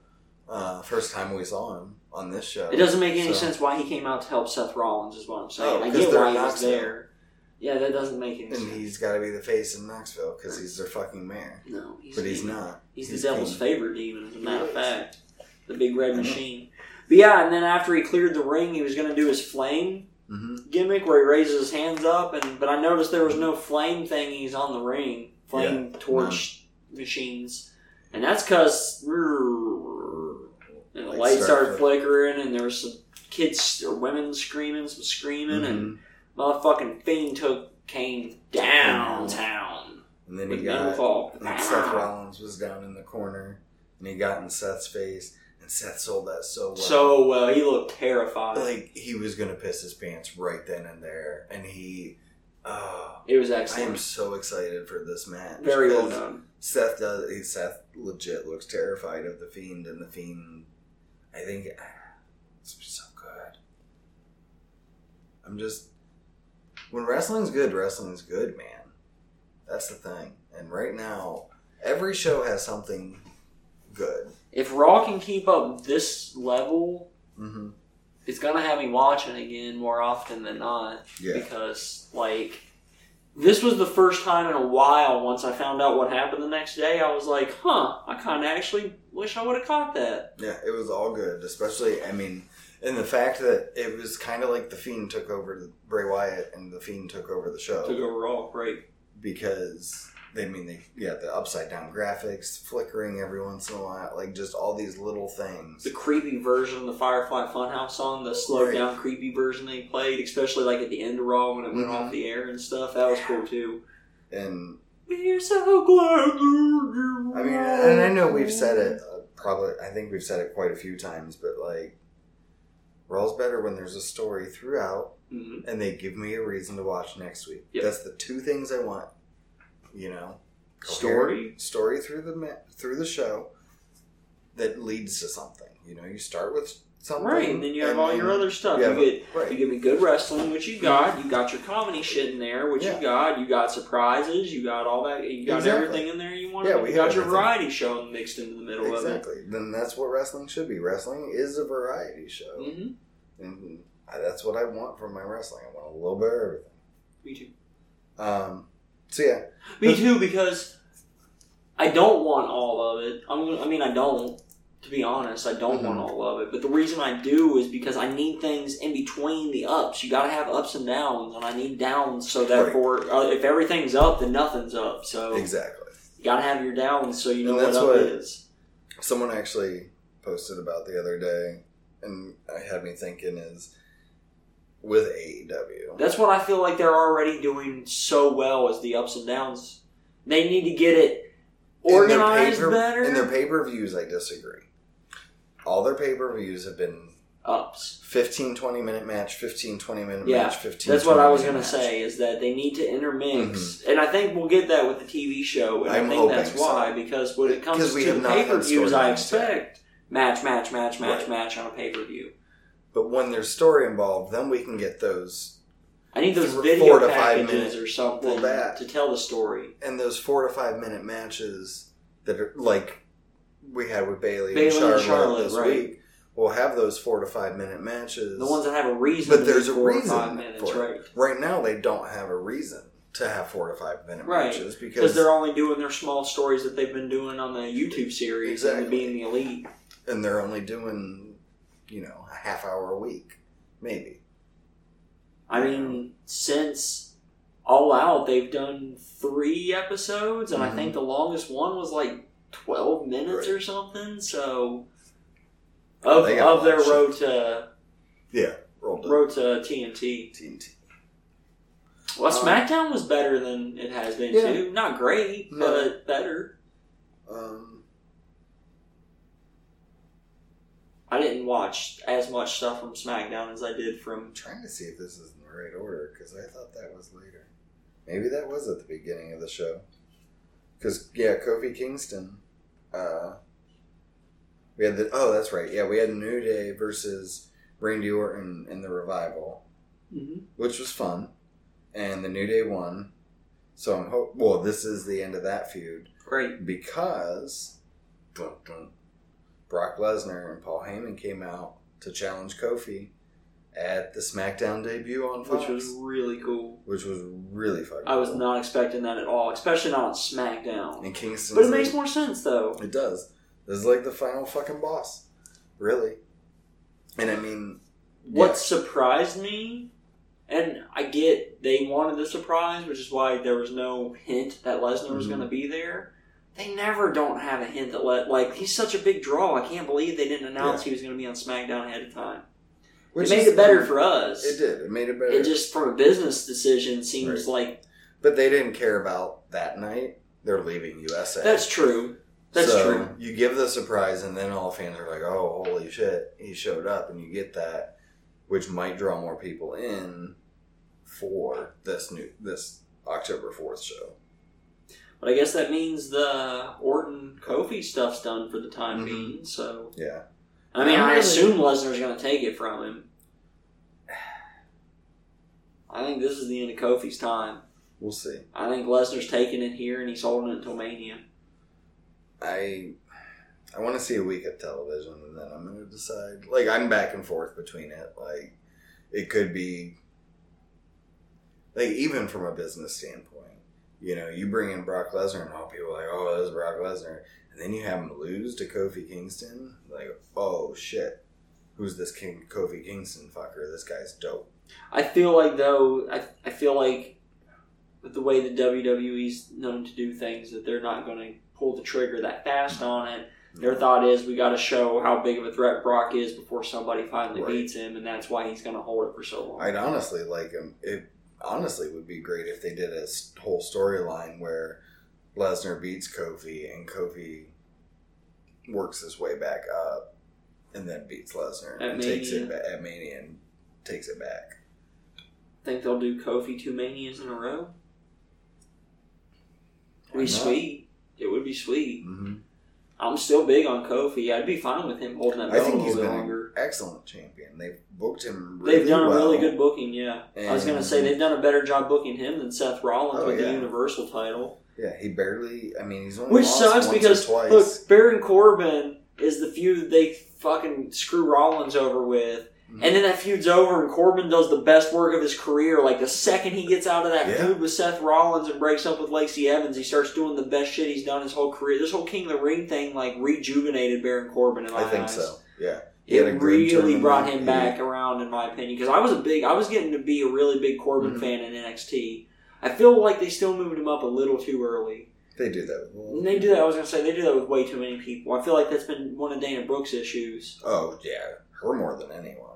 S1: Uh, first time we saw him on this show.
S2: it doesn't make any
S1: so-
S2: sense why he came out to help Seth Rollins. Is what I'm saying.
S1: Oh,
S2: I
S1: 'cause
S2: get
S1: they're
S2: why he was
S1: Knoxville.
S2: there. Yeah, that doesn't make any
S1: And
S2: sense.
S1: he's got to be the face in Knoxville because he's their fucking mayor.
S2: no, he's
S1: But he's
S2: demon.
S1: not.
S2: He's,
S1: He's
S2: the devil's
S1: king.
S2: favorite demon, as a matter of
S1: is.
S2: fact. The big red
S1: I know.
S2: machine. But yeah, and then after he cleared the ring, he was going to do his flame
S1: hmm
S2: gimmick where he raises his hands up, and but I noticed there was no flame thingies on the ring, flame torch machines, and that's because the
S1: Lights
S2: lights started
S1: started
S2: flickering, and there was some kids or women screaming, some screaming, and
S1: And
S2: motherfucking Fiend took Kane downtown
S1: then he
S2: with
S1: got.
S2: Moonfall.
S1: And Seth Rollins was down in the corner, and he got in Seth's face, and Seth sold that so well.
S2: So well, he looked terrified.
S1: like he was gonna piss his pants right then and there, and he. Oh,
S2: it was
S1: I am
S2: excellent,
S1: so excited for this match.
S2: very well
S1: because
S2: done.
S1: Seth does. he- Seth legit looks terrified of the fiend, and the fiend. I think <sighs> ah, it's so good. I'm just when wrestling's good, wrestling's good, man. That's the thing. And right now, every show has something good.
S2: If Raw can keep up this level,
S1: Mm-hmm.
S2: it's gonna have me watching again more often than not.
S1: Yeah.
S2: Because like this was the first time in a while once I found out what happened the next day, I was like, huh, I kinda actually wish I would have caught that.
S1: Yeah, it was all good, especially, I mean, and the fact that it was kind of like The Fiend took over the, Bray Wyatt and The Fiend took over the show.
S2: To go Raw, right?
S1: because they I mean they yeah the upside down graphics flickering every once in a while like just all these little things
S2: the creepy version of the Firefly Funhouse song, the slowed
S1: Right.
S2: down creepy version they played, especially like at the end of Raw when it went
S1: Mhm.
S2: off the air and stuff. That was cool too.
S1: and
S2: We're so glad you.
S1: I mean and I know we've said it uh, probably I think we've said it quite a few times but like Raw's better when there's a story throughout
S2: Mhm.
S1: and they give me a reason to watch next week
S2: Yep.
S1: that's the two things I want you know
S2: Story?
S1: Coherent story through the ma- through the show that leads to something you know you start with something
S2: Right, and then you have
S1: and
S2: all your
S1: then-
S2: other stuff.
S1: yeah,
S2: you get
S1: right.
S2: you give me good wrestling, which you got. You got your comedy shit in there, which
S1: Yeah.
S2: you got. You got surprises. You got all that. You got
S1: Exactly.
S2: everything in there you want.
S1: Yeah,
S2: you
S1: we
S2: got
S1: have
S2: your
S1: everything.
S2: variety show mixed into the middle of it.
S1: Exactly. Then that's what wrestling should be. Wrestling is a variety show,
S2: hmm
S1: and I, that's what I want from my wrestling. I want a little bit of everything.
S2: Me too.
S1: Um, so yeah,
S2: Me too, because I don't want all of it. I'm, gonna- I mean, I don't. To be honest, I don't want
S1: Mhm.
S2: all of it. But the reason I do is because I need things in between the ups. You got to have ups and downs, and I need downs so that
S1: Right.
S2: for uh, if everything's up, then nothing's up. So
S1: exactly.
S2: you got to have your downs so you know
S1: And
S2: what
S1: that's
S2: up
S1: what-
S2: is.
S1: Someone actually posted about the other day, and it had me thinking is with E AEW.
S2: That's what I feel like they're already doing so well is the ups and downs. They need to get it
S1: In their
S2: organized
S1: pay-per-
S2: better.
S1: In their pay per views, I disagree. All their pay per views have been
S2: ups.
S1: 15, 20 minute match, 15, 20 minute
S2: Yeah,
S1: match, 15.
S2: That's what I
S1: 20
S2: was
S1: minute
S2: gonna
S1: match. Mm-hmm.
S2: say is that they need to intermix, and I think we'll get that with the TV show, and i
S1: I'm
S2: think
S1: hoping
S2: that's why because when it comes
S1: 'Cause we
S2: to
S1: have
S2: the
S1: not had
S2: pay per views, I
S1: storylines
S2: expect match, match, match, match,
S1: Right.
S2: match on a pay per view.
S1: But when there's story involved, then we can get those
S2: I need those
S1: Four
S2: video
S1: to five
S2: packages
S1: minutes.
S2: or something
S1: Well, that.
S2: to tell the story.
S1: and those four to five minute matches that are like we had with Bailey,
S2: Bayley
S1: and
S2: and
S1: Charlotte,
S2: Charlotte,
S1: this
S2: right.
S1: week, we'll have those four to five minute matches.
S2: The ones that have a reason,
S1: But
S2: to be
S1: there's a
S2: four or
S1: reason
S2: five minutes,
S1: for it.
S2: right?
S1: right now they don't have a reason to have four to five minute
S2: Right.
S1: matches
S2: Because
S1: because
S2: they're only doing their small stories that they've been doing on the YouTube series and the
S1: Exactly.
S2: being the elite.
S1: and they're only doing you know a half hour a week maybe.
S2: I mean, since All Out, they've done three episodes, and I
S1: Mhm.
S2: think the longest one was like twelve minutes
S1: Right. Oh,
S2: or something. So, of,
S1: They got
S2: of their
S1: a lot of
S2: road to
S1: Yeah, rolled up
S2: road to TNT,
S1: TNT.
S2: well,
S1: Um,
S2: SmackDown was better than it has been
S1: Yeah.
S2: too. Not great,
S1: No.
S2: but better.
S1: Um,
S2: I didn't watch as much stuff from SmackDown as I did from.
S1: I'm trying to see if this is in the right order because I thought that was later. Maybe that was at the beginning of the show. Because yeah, Kofi Kingston. Uh, we had the oh, that's right. Yeah, we had New Day versus Randy Orton in the revival,
S2: Mhm.
S1: which was fun, and the New Day won. So I'm hope. Well, this is the end of that feud
S2: Great.
S1: because dun, dun, Brock Lesnar and Paul Heyman came out to challenge Kofi at the SmackDown debut on Fox,
S2: Which was really cool.
S1: really fucking.
S2: I was
S1: cool.
S2: not expecting that at all, especially not on SmackDown.
S1: And Kingston,
S2: But it makes more sense though.
S1: It does. This is like the final fucking boss, really. And I mean,
S2: What surprised me, and I get they wanted the surprise, which is why there was no hint that Lesnar was
S1: Mhm.
S2: going to be there. They never don't have a hint that let like he's such a big draw. I can't believe they didn't announce he was going to be on SmackDown ahead of time.
S1: yeah,
S2: It
S1: which
S2: made
S1: is-
S2: it better for us.
S1: It did. It made it better.
S2: It just from a business decision seems like
S1: but they didn't care about that night. They're leaving USA.
S2: that's true. That's
S1: so
S2: true.
S1: You give the surprise, and then all fans are like, "Oh, holy shit, he showed up!" And you get that, which might draw more people in for this new this October fourth show.
S2: But I guess that means the Orton Kofi stuff's done for the time
S1: Mhm.
S2: being. So
S1: Yeah.
S2: I mean,
S1: I'm
S2: I
S1: really-
S2: assume Lesnar's going to take it from him. I think this is the end of Kofi's time.
S1: We'll see.
S2: I think Lesnar's taking it here and he's holding it until Mania.
S1: I I want to see a week of television, and then I'm going to decide. Like I'm back and forth between it. Like it could be like even from a business standpoint, you know, you bring in Brock Lesnar, and all people are like, oh, that's Brock Lesnar, and then you have him lose to Kofi Kingston. Like, oh shit, who's this King Kofi Kingston fucker? This guy's dope.
S2: I feel like though, I, I feel like with the way that WWE's known to do things, that they're not going to pull the trigger that fast on it. Their thought is we got to show how big of a threat Brock is before somebody finally
S1: Right.
S2: beats him, and that's why he's going to hold it for so long.
S1: I'd honestly like him. It honestly would be great if they did a s- whole storyline where Lesnar beats Kofi and Kofi works his way back up and then beats Lesnar
S2: At
S1: and takes it
S2: Mania.
S1: ba- at Mania and takes it back.
S2: Think they'll do Kofi two manias in a row? It'd
S1: Why
S2: be
S1: not?
S2: sweet. It would be sweet.
S1: Mhm.
S2: I'm still big on Kofi. I'd be fine with him holding that
S1: I
S2: belt a
S1: think he's
S2: little bit
S1: been
S2: longer.
S1: an excellent champion. They've booked him. Really
S2: They've done a really
S1: well.
S2: good booking, yeah. I was going to
S1: And-
S2: say they've done a better job booking him than Seth Rollins
S1: Oh,
S2: with
S1: yeah.
S2: the Universal title,
S1: Yeah, he barely. I mean, he's only
S2: which
S1: lost
S2: sucks
S1: once or
S2: because
S1: twice.
S2: look, Baron Corbin is the feud that they fucking screw Rollins over with,
S1: Mhm.
S2: and then that feud's over, and Corbin does the best work of his career. Like the second he gets out of that
S1: Yeah.
S2: feud with Seth Rollins and breaks up with Lacey Evans, he starts doing the best shit he's done his whole career. This whole King of the Ring thing like rejuvenated Baron Corbin in my
S1: I think
S2: eyes
S1: so. Yeah, He had a
S2: it
S1: great
S2: really
S1: tournament.
S2: brought him
S1: He-
S2: back around in my opinion because I was a big I was getting to be a really big Corbin
S1: Mhm.
S2: fan in NXT. I feel like they still moved him up a little too early.
S1: they do that. Well,
S2: And they do that. I was gonna say they do that with way too many people. I feel like that's been one of Dana Brooks' issues.
S1: Oh yeah, her more than anyone.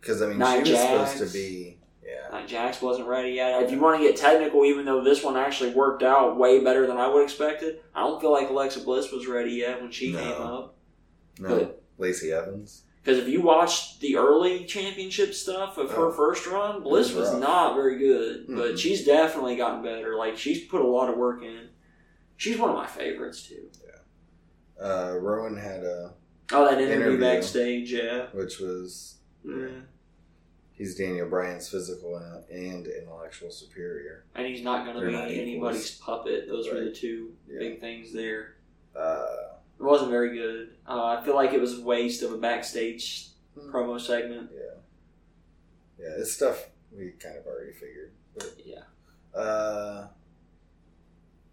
S1: Because I mean,
S2: Nia
S1: she was
S2: Jax.
S1: supposed to be. Yeah,
S2: Like Uh, Jax wasn't ready yet. If you want to get technical, even though this one actually worked out way better than I would expected, I don't feel like Alexa Bliss was ready yet when she
S1: No.
S2: came up.
S1: no, Lacey Evans.
S2: Because if you watched the early championship stuff of her
S1: Oh.
S2: first run, Bliss
S1: It
S2: was
S1: was rough.
S2: not very good, but
S1: Mhm.
S2: she's definitely gotten better. Like she's put a lot of work in. She's one of my favorites too.
S1: Uh, Rowan had a,
S2: Oh, that interview,
S1: Interview.
S2: backstage, yeah.
S1: which was
S2: yeah.
S1: he's Daniel Bryan's physical and- and intellectual superior.
S2: And he's not going to
S1: They're
S2: be
S1: not equals.
S2: anybody's puppet. Those were the
S1: Right.
S2: two
S1: Yeah.
S2: big things there.
S1: Uh,
S2: It wasn't very good. Uh, I feel like it was a waste of a backstage promo segment.
S1: yeah, yeah, it's stuff we kind of already figured. But,
S2: Yeah.
S1: uh,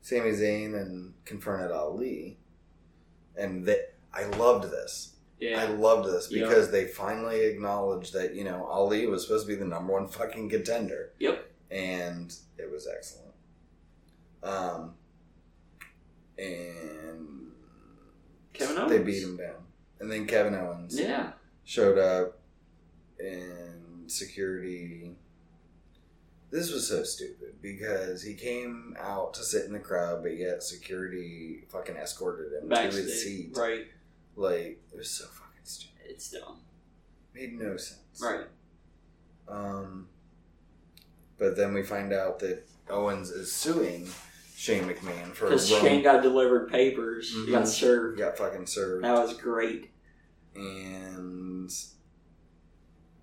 S1: Sami Zayn and confronted Ali, and they, I loved this. I
S2: Yeah.
S1: loved this
S2: Yeah.
S1: because they finally acknowledged that you know Ali was supposed to be the number one fucking contender.
S2: Yep.
S1: and it was excellent. Um, and
S2: Kevin
S1: they
S2: Owens.
S1: beat him down, and then Kevin Owens
S2: Yeah.
S1: showed up, and security. This was so stupid because he came out to sit in the crowd, but yet security fucking escorted him to his
S2: Backstage.
S1: seat.
S2: Right.
S1: Like it was so fucking stupid
S2: It's dumb.
S1: made no sense.
S2: Right.
S1: Um, but then we find out that Owens is suing Shane McMahon for
S2: Because
S1: wrong-
S2: Shane got delivered papers. He got
S1: Mhm.
S2: served.
S1: got fucking served,
S2: That was great.
S1: and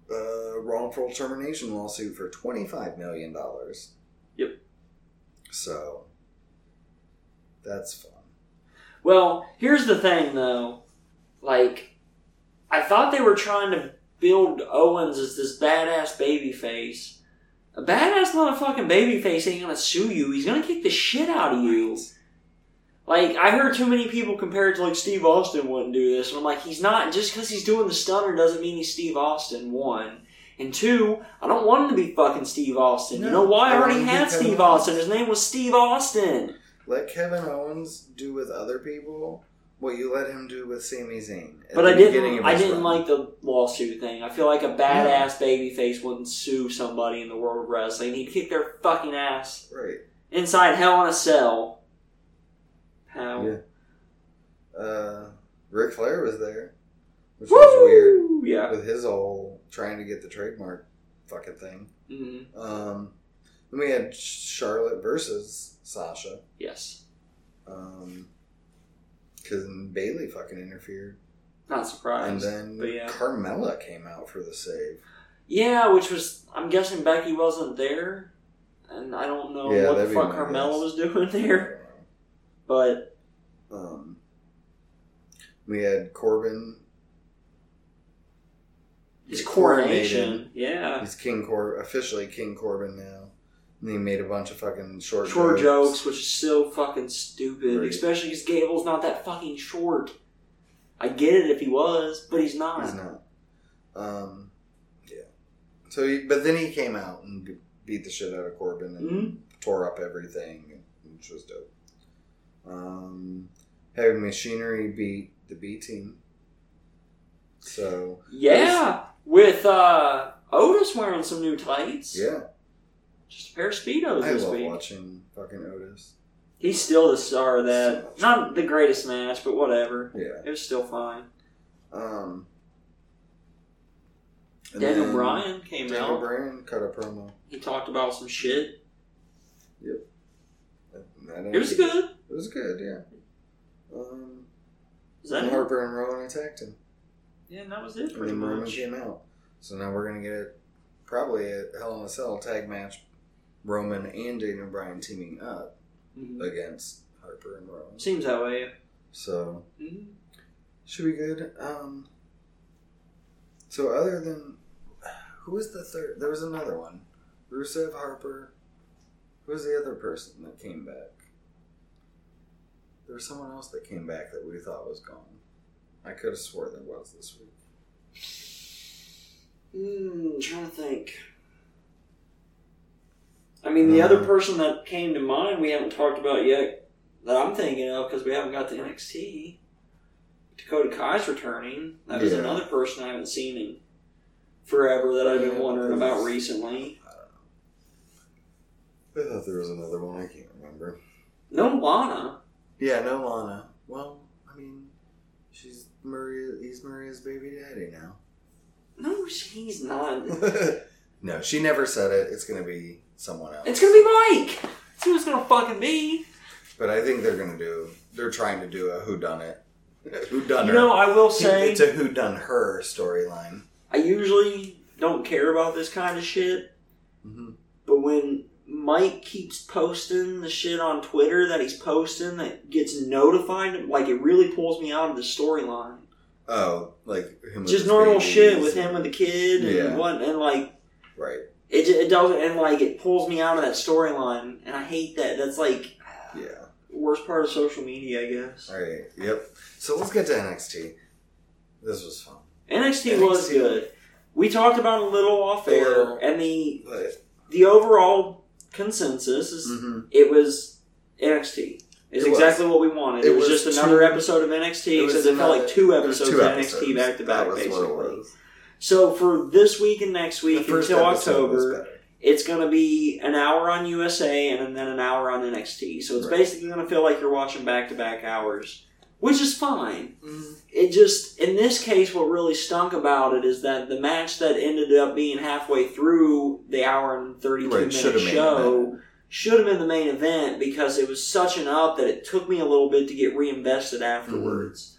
S1: a wrongful termination lawsuit for twenty five million dollars.
S2: Yep.
S1: So that's fun.
S2: Well, here's the thing though. Like, I thought they were trying to build Owens as this badass babyface. A badass motherfucking babyface ain't gonna sue you. He's gonna kick the shit out of you. Like, I heard too many people compare it to, like, Steve Austin wouldn't do this. And I'm like, he's not. Just because he's doing the stunner doesn't mean he's Steve Austin, one. And two, I don't want him to be fucking Steve Austin. you
S1: No,
S2: know why? I
S1: I
S2: already
S1: want him to
S2: had
S1: be Kevin
S2: Steve
S1: Owens.
S2: Austin. His name was Steve Austin.
S1: Let Kevin Owens do with other people what you let him do with Sami Zayn. at
S2: But
S1: the
S2: I
S1: beginning
S2: didn't.
S1: of
S2: I
S1: his
S2: didn't
S1: run.
S2: like the lawsuit thing. I feel like a badass babyface wouldn't sue somebody in the world of wrestling. He'd kick their fucking ass
S1: right.
S2: inside Hell in a Cell. How?
S1: Yeah. Uh, Ric Flair was there, which was weird
S2: Woo! Yeah.
S1: with his whole trying to get the trademark fucking thing.
S2: Mhm.
S1: Um, then we had Charlotte versus Sasha,
S2: Yes.
S1: Um, because Bailey fucking interfered,
S2: Not
S1: and
S2: surprised.
S1: then
S2: but yeah.
S1: Carmella came out for the save.
S2: Yeah, which was I'm guessing Becky wasn't there, and I don't know
S1: Yeah,
S2: what the
S1: that'd be
S2: fuck
S1: my
S2: Carmella
S1: guess.
S2: was <laughs> doing there. But
S1: Um, we had Corbin.
S2: his
S1: They
S2: coronation,
S1: coronated.
S2: yeah,
S1: He's King Cor officially King Corbin now. And he made a bunch of fucking short
S2: short jokes, which is so fucking stupid,
S1: Right.
S2: especially because Gable's not that fucking short. I get it if he was, but he's not.
S1: He's not. Um, yeah. So, he, but then he came out and be- beat the shit out of Corbin and
S2: Mhm.
S1: tore up everything, which was dope. Um, heavy machinery beat the B team. So
S2: Yeah, with uh, Otis wearing some new tights,
S1: yeah,
S2: just a pair of speedos
S1: I
S2: this
S1: love
S2: week.
S1: watching fucking Otis.
S2: He's still the star of
S1: So
S2: that.
S1: much.
S2: Not the greatest match, but whatever.
S1: Yeah.
S2: It was still fine.
S1: Um. and
S2: Daniel
S1: then
S2: Bryan came
S1: Daniel
S2: out.
S1: Bryan cut a promo.
S2: He talked about some shit.
S1: I don't
S2: It was
S1: know.
S2: good.
S1: It was good. Yeah. Um,
S2: Is that
S1: and
S2: it?
S1: Harper and Rowan attacked him.
S2: Yeah, and that was it
S1: And
S2: pretty
S1: then Roman
S2: much.
S1: came out. So now we're gonna get a, probably a Hell in a Cell tag match. Roman and Daniel Bryan teaming up
S2: Mhm.
S1: against Harper and Rowan.
S2: Seems that way.
S1: So
S2: Mhm.
S1: should be good. Um. So other than who was the third? There was another one. Rusev Harper. Who was the other person that came back? There was someone else that came back that we thought was gone. I could have swore there was this week.
S2: Mm, trying to think. I mean, the other
S1: Uh.
S2: person that came to mind we haven't talked about yet that I'm thinking of because we haven't got to NXT. Dakota Kai's returning. That was
S1: Yeah.
S2: another person I haven't seen in forever that I've been
S1: Yeah,
S2: wondering about
S1: because-
S2: recently.
S1: I thought there was another one. I can't remember.
S2: No Lana.
S1: Yeah, no Lana. Well, I mean, she's Maria. He's Maria's baby daddy now.
S2: No, he's not.
S1: <laughs> no, she never said it. It's gonna be someone else.
S2: It's gonna be Mike. That's who it's gonna fucking be.
S1: But I think they're gonna do. They're trying to do a who done it, <laughs> who done
S2: You know, I will say
S1: It's a who done her storyline.
S2: I usually don't care about this kind of shit,
S1: Mm-hmm.
S2: but when Mike keeps posting the shit on Twitter that he's posting that gets notified, like it really pulls me out of the storyline.
S1: Oh, like him. with
S2: Just
S1: his
S2: normal
S1: babies
S2: shit with him and the kid and
S1: Yeah.
S2: what and like
S1: Right.
S2: it ju- it doesn't and like it pulls me out of that storyline and I hate that. That's like
S1: Yeah.
S2: worst part of social media, I guess.
S1: All right. Yep. So let's get to NXT. This was fun.
S2: NXT was
S1: NXT.
S2: good. We talked about it a little off air,
S1: Little.
S2: and the
S1: But
S2: the overall consensus is
S1: Mhm.
S2: it was NXT. It's
S1: It was.
S2: exactly what we wanted. It,
S1: It
S2: was,
S1: was
S2: just another
S1: two-
S2: episode of NXT,
S1: it was
S2: except it felt like
S1: another-
S2: two
S1: it was
S2: episodes
S1: two
S2: of
S1: episodes.
S2: NXT back to
S1: That
S2: back,
S1: was what it
S2: basically.
S1: was.
S2: So for this week and next
S1: The
S2: week
S1: first
S2: until
S1: episode was
S2: October,
S1: better.
S2: it's going to be an hour on USA and then an hour on NXT. So it's
S1: Right.
S2: basically going to feel like you're watching back to back hours, which is fine
S1: Mhm.
S2: it just in this case what really stunk about it is that the match that ended up being halfway through the hour and 32
S1: Right, should've
S2: minute
S1: been the
S2: show should have been the main event because it was such an up that it took me a little bit to get reinvested afterwards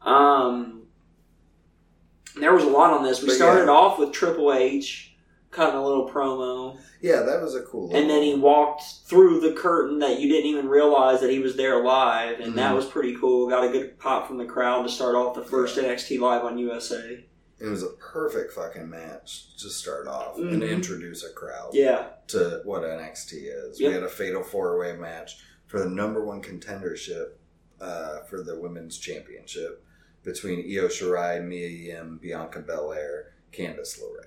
S2: um there was a lot on this we
S1: But
S2: started
S1: yeah.
S2: off with triple h cutting a little promo
S1: Yeah, that was a cool.
S2: and then he
S1: little-
S2: walked through the curtain that you didn't even realize that he was there live, and that
S1: Mhm.
S2: was pretty cool. Got a good pop from the crowd to start off the first NXT Live on USA.
S1: It was a perfect fucking match to start off and
S2: Mhm.
S1: introduce a crowd.
S2: Yeah,
S1: to what NXT is.
S2: Yep.
S1: We had a fatal four way match for the number one contendership uh, for the women's championship between Io Shirai, Mia Yim, Bianca Belair, Candice LeRae.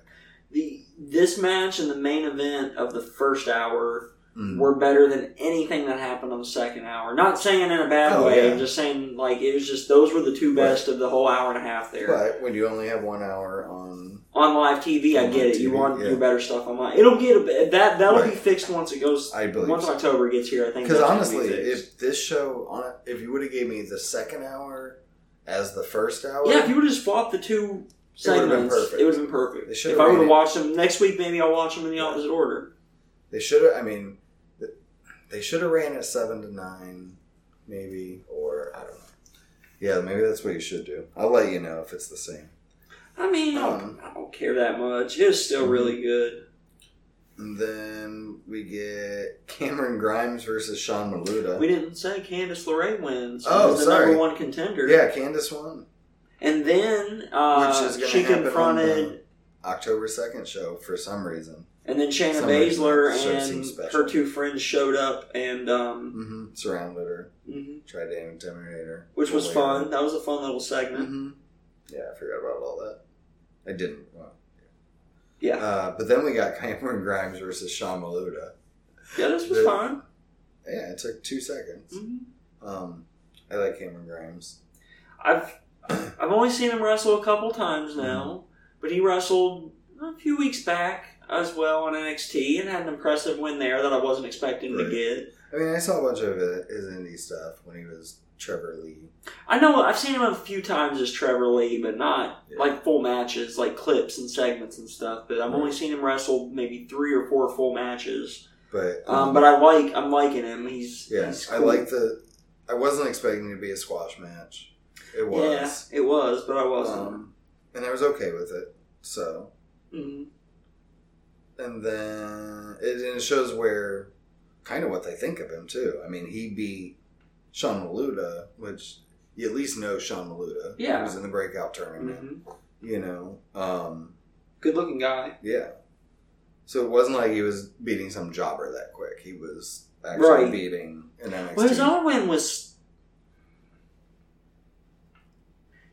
S2: the this match and the main event of the first hour
S1: Mm.
S2: were better than anything that happened on the second hour. Not saying it in a bad
S1: Oh,
S2: way.
S1: yeah.
S2: I'm just saying like it was just those were the two
S1: Right.
S2: best of the whole hour and a half there.
S1: But when you only have one hour on,
S2: On live TV, I
S1: On
S2: get
S1: live
S2: it. You
S1: TV,
S2: want to do
S1: yeah.
S2: better stuff online. It'll get a bit, that that'll be
S1: Right.
S2: fixed once it goes.
S1: I believe
S2: Once
S1: so.
S2: October gets here, I think.
S1: because
S2: that's gonna be
S1: honestly,
S2: fixed.
S1: if this show on, if you would have gave me the second hour as the first hour,
S2: Yeah, if you would have just swapped the two
S1: It would've been
S2: segments,
S1: perfect.
S2: it would have been perfect.
S1: They should've
S2: If I would
S1: made
S2: have
S1: it-
S2: watched them next week, maybe I'll watch them in the
S1: Yeah.
S2: opposite order.
S1: They should have. I mean, th- they should have ran at seven to nine maybe, or I don't know. Yeah, maybe that's what you should do. I'll let you know if it's the same.
S2: I mean, I don't-
S1: Um,
S2: I don't care that much. It was
S1: Mm-hmm.
S2: still really good.
S1: And then we get Cameron Grimes versus Sean Maluda.
S2: We didn't say Candice LeRae wins. She
S1: Oh,
S2: was the
S1: sorry.
S2: number one contender.
S1: yeah, Candace won.
S2: And then uh,
S1: Which is gonna
S2: she
S1: happen on
S2: confronted,
S1: the- October 2nd show for some reason.
S2: and then Shayna
S1: Somebody
S2: Baszler
S1: that sort of seems
S2: and
S1: special.
S2: her two friends showed up, and um,
S1: hmm Surrounded her,
S2: mhm,
S1: tried to intimidate her.
S2: which was
S1: Bullied
S2: fun.
S1: her.
S2: That was a fun little segment.
S1: Mhm. Yeah, I forgot about all that. I didn't. Well,
S2: Yeah,
S1: Uh, but then we got <laughs> Cameron Grimes versus Sean Maluda.
S2: yeah, this was
S1: the-
S2: fun.
S1: Yeah, it took two seconds.
S2: hmm
S1: Um, I like Cameron Grimes.
S2: I've I've only seen him wrestle a couple times now, but he wrestled a few weeks back as well on NXT and had an impressive win there that I wasn't expecting
S1: Right.
S2: to get.
S1: I mean, I saw a bunch of uh, his indie stuff when he was Trevor Lee.
S2: I know I've seen him a few times as Trevor Lee, but not
S1: Yeah.
S2: like full matches, like clips and segments and stuff. But I've only seen him wrestle maybe three or four full matches.
S1: But
S2: Um, but I like I'm liking him. He's
S1: yeah,
S2: he's
S1: I
S2: cool.
S1: like the. I wasn't expecting it to be a squash match. It was,
S2: Yeah, it was, but I wasn't.
S1: um, and I was okay with it. So,
S2: Mhm.
S1: and then it, and it shows where kind of what they think of him too. I mean, he beat Sean Maluda, which you at least know Sean Maluda.
S2: Yeah.
S1: he was in the breakout tournament.
S2: Mhm.
S1: You know, um,
S2: Good looking guy.
S1: Yeah. So it wasn't like he was beating some jobber that quick. He was actually
S2: Right.
S1: beating an NXT.
S2: Well, his other win was.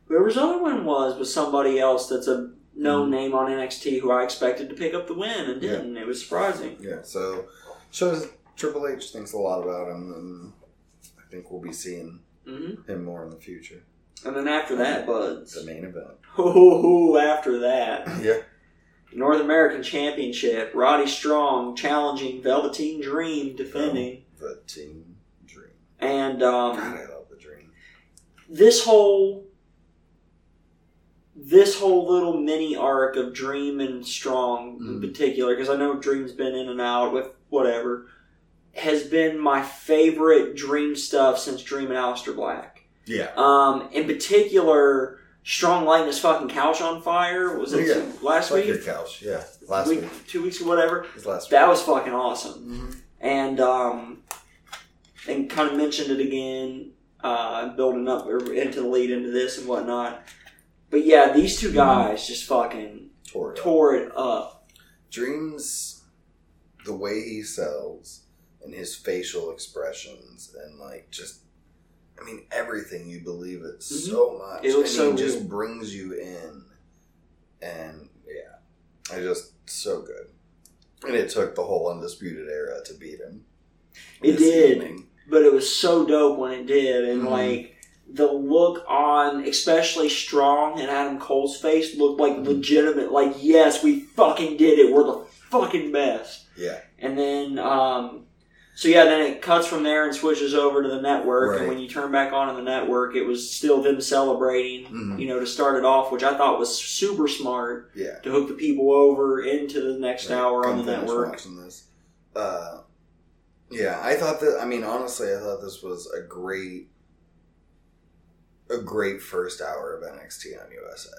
S2: Whoever his other win was was somebody else that's a known
S1: Mhm.
S2: name on NXT who I expected to pick up the win and
S1: Yeah.
S2: didn't. It was surprising.
S1: yeah. So shows Triple H thinks a lot about him, and I think we'll be seeing
S2: hmm
S1: him more in the future.
S2: And then after
S1: Mm-hmm.
S2: that, buds.
S1: The main event.
S2: <laughs> Oh, after that,
S1: Yeah.
S2: North American Championship. Roddy Strong challenging Velveteen Dream defending,
S1: The team dream.
S2: and
S1: Oh. God,
S2: um,
S1: I love the dream.
S2: this whole this whole little mini arc of Dream and Strong in
S1: Mhm.
S2: particular, because I know Dream's been in and out with whatever, has been my favorite Dream stuff since Dream and Aleister Black.
S1: Yeah.
S2: Um, in particular, Strong lighting his fucking couch on fire was it
S1: Yeah.
S2: last
S1: Fuck your
S2: week,
S1: couch. Yeah. Last
S2: week,
S1: week. It
S2: two weeks or whatever.
S1: was last week.
S2: That was fucking awesome
S1: Mhm.
S2: and um, and kind of mentioned it again, uh, building up into the lead into this and whatnot. But yeah, these two guys just fucking
S1: Tore it up.
S2: tore it up.
S1: Dreams, the way he sells and his facial expressions and like just, I mean, everything you believe it so much.
S2: Mm-hmm. It looks
S1: and
S2: so
S1: he just
S2: real.
S1: brings you in, and yeah, I just so good. And it took the whole undisputed era to beat him.
S2: It
S1: This
S2: did.
S1: evening.
S2: But it was so dope when it did, and
S1: Mhm.
S2: like the look on, especially Strong and Adam Cole's face looked like
S1: Mhm.
S2: legitimate. Like, yes, we fucking did it. We're the fucking best.
S1: Yeah,
S2: And then, um, so yeah, then it cuts from there and switches over to the network. And
S1: Right.
S2: when you turn back on to the network, it was still them celebrating,
S1: Mhm.
S2: you know, to start it off, which I thought was super smart
S1: yeah.
S2: to hook the people over into the next
S1: Right.
S2: hour
S1: I'm
S2: on the
S1: finished
S2: network.
S1: Watching this, uh, yeah, I thought that. I mean, honestly, I thought this was a great, a great first hour of NXT on USA.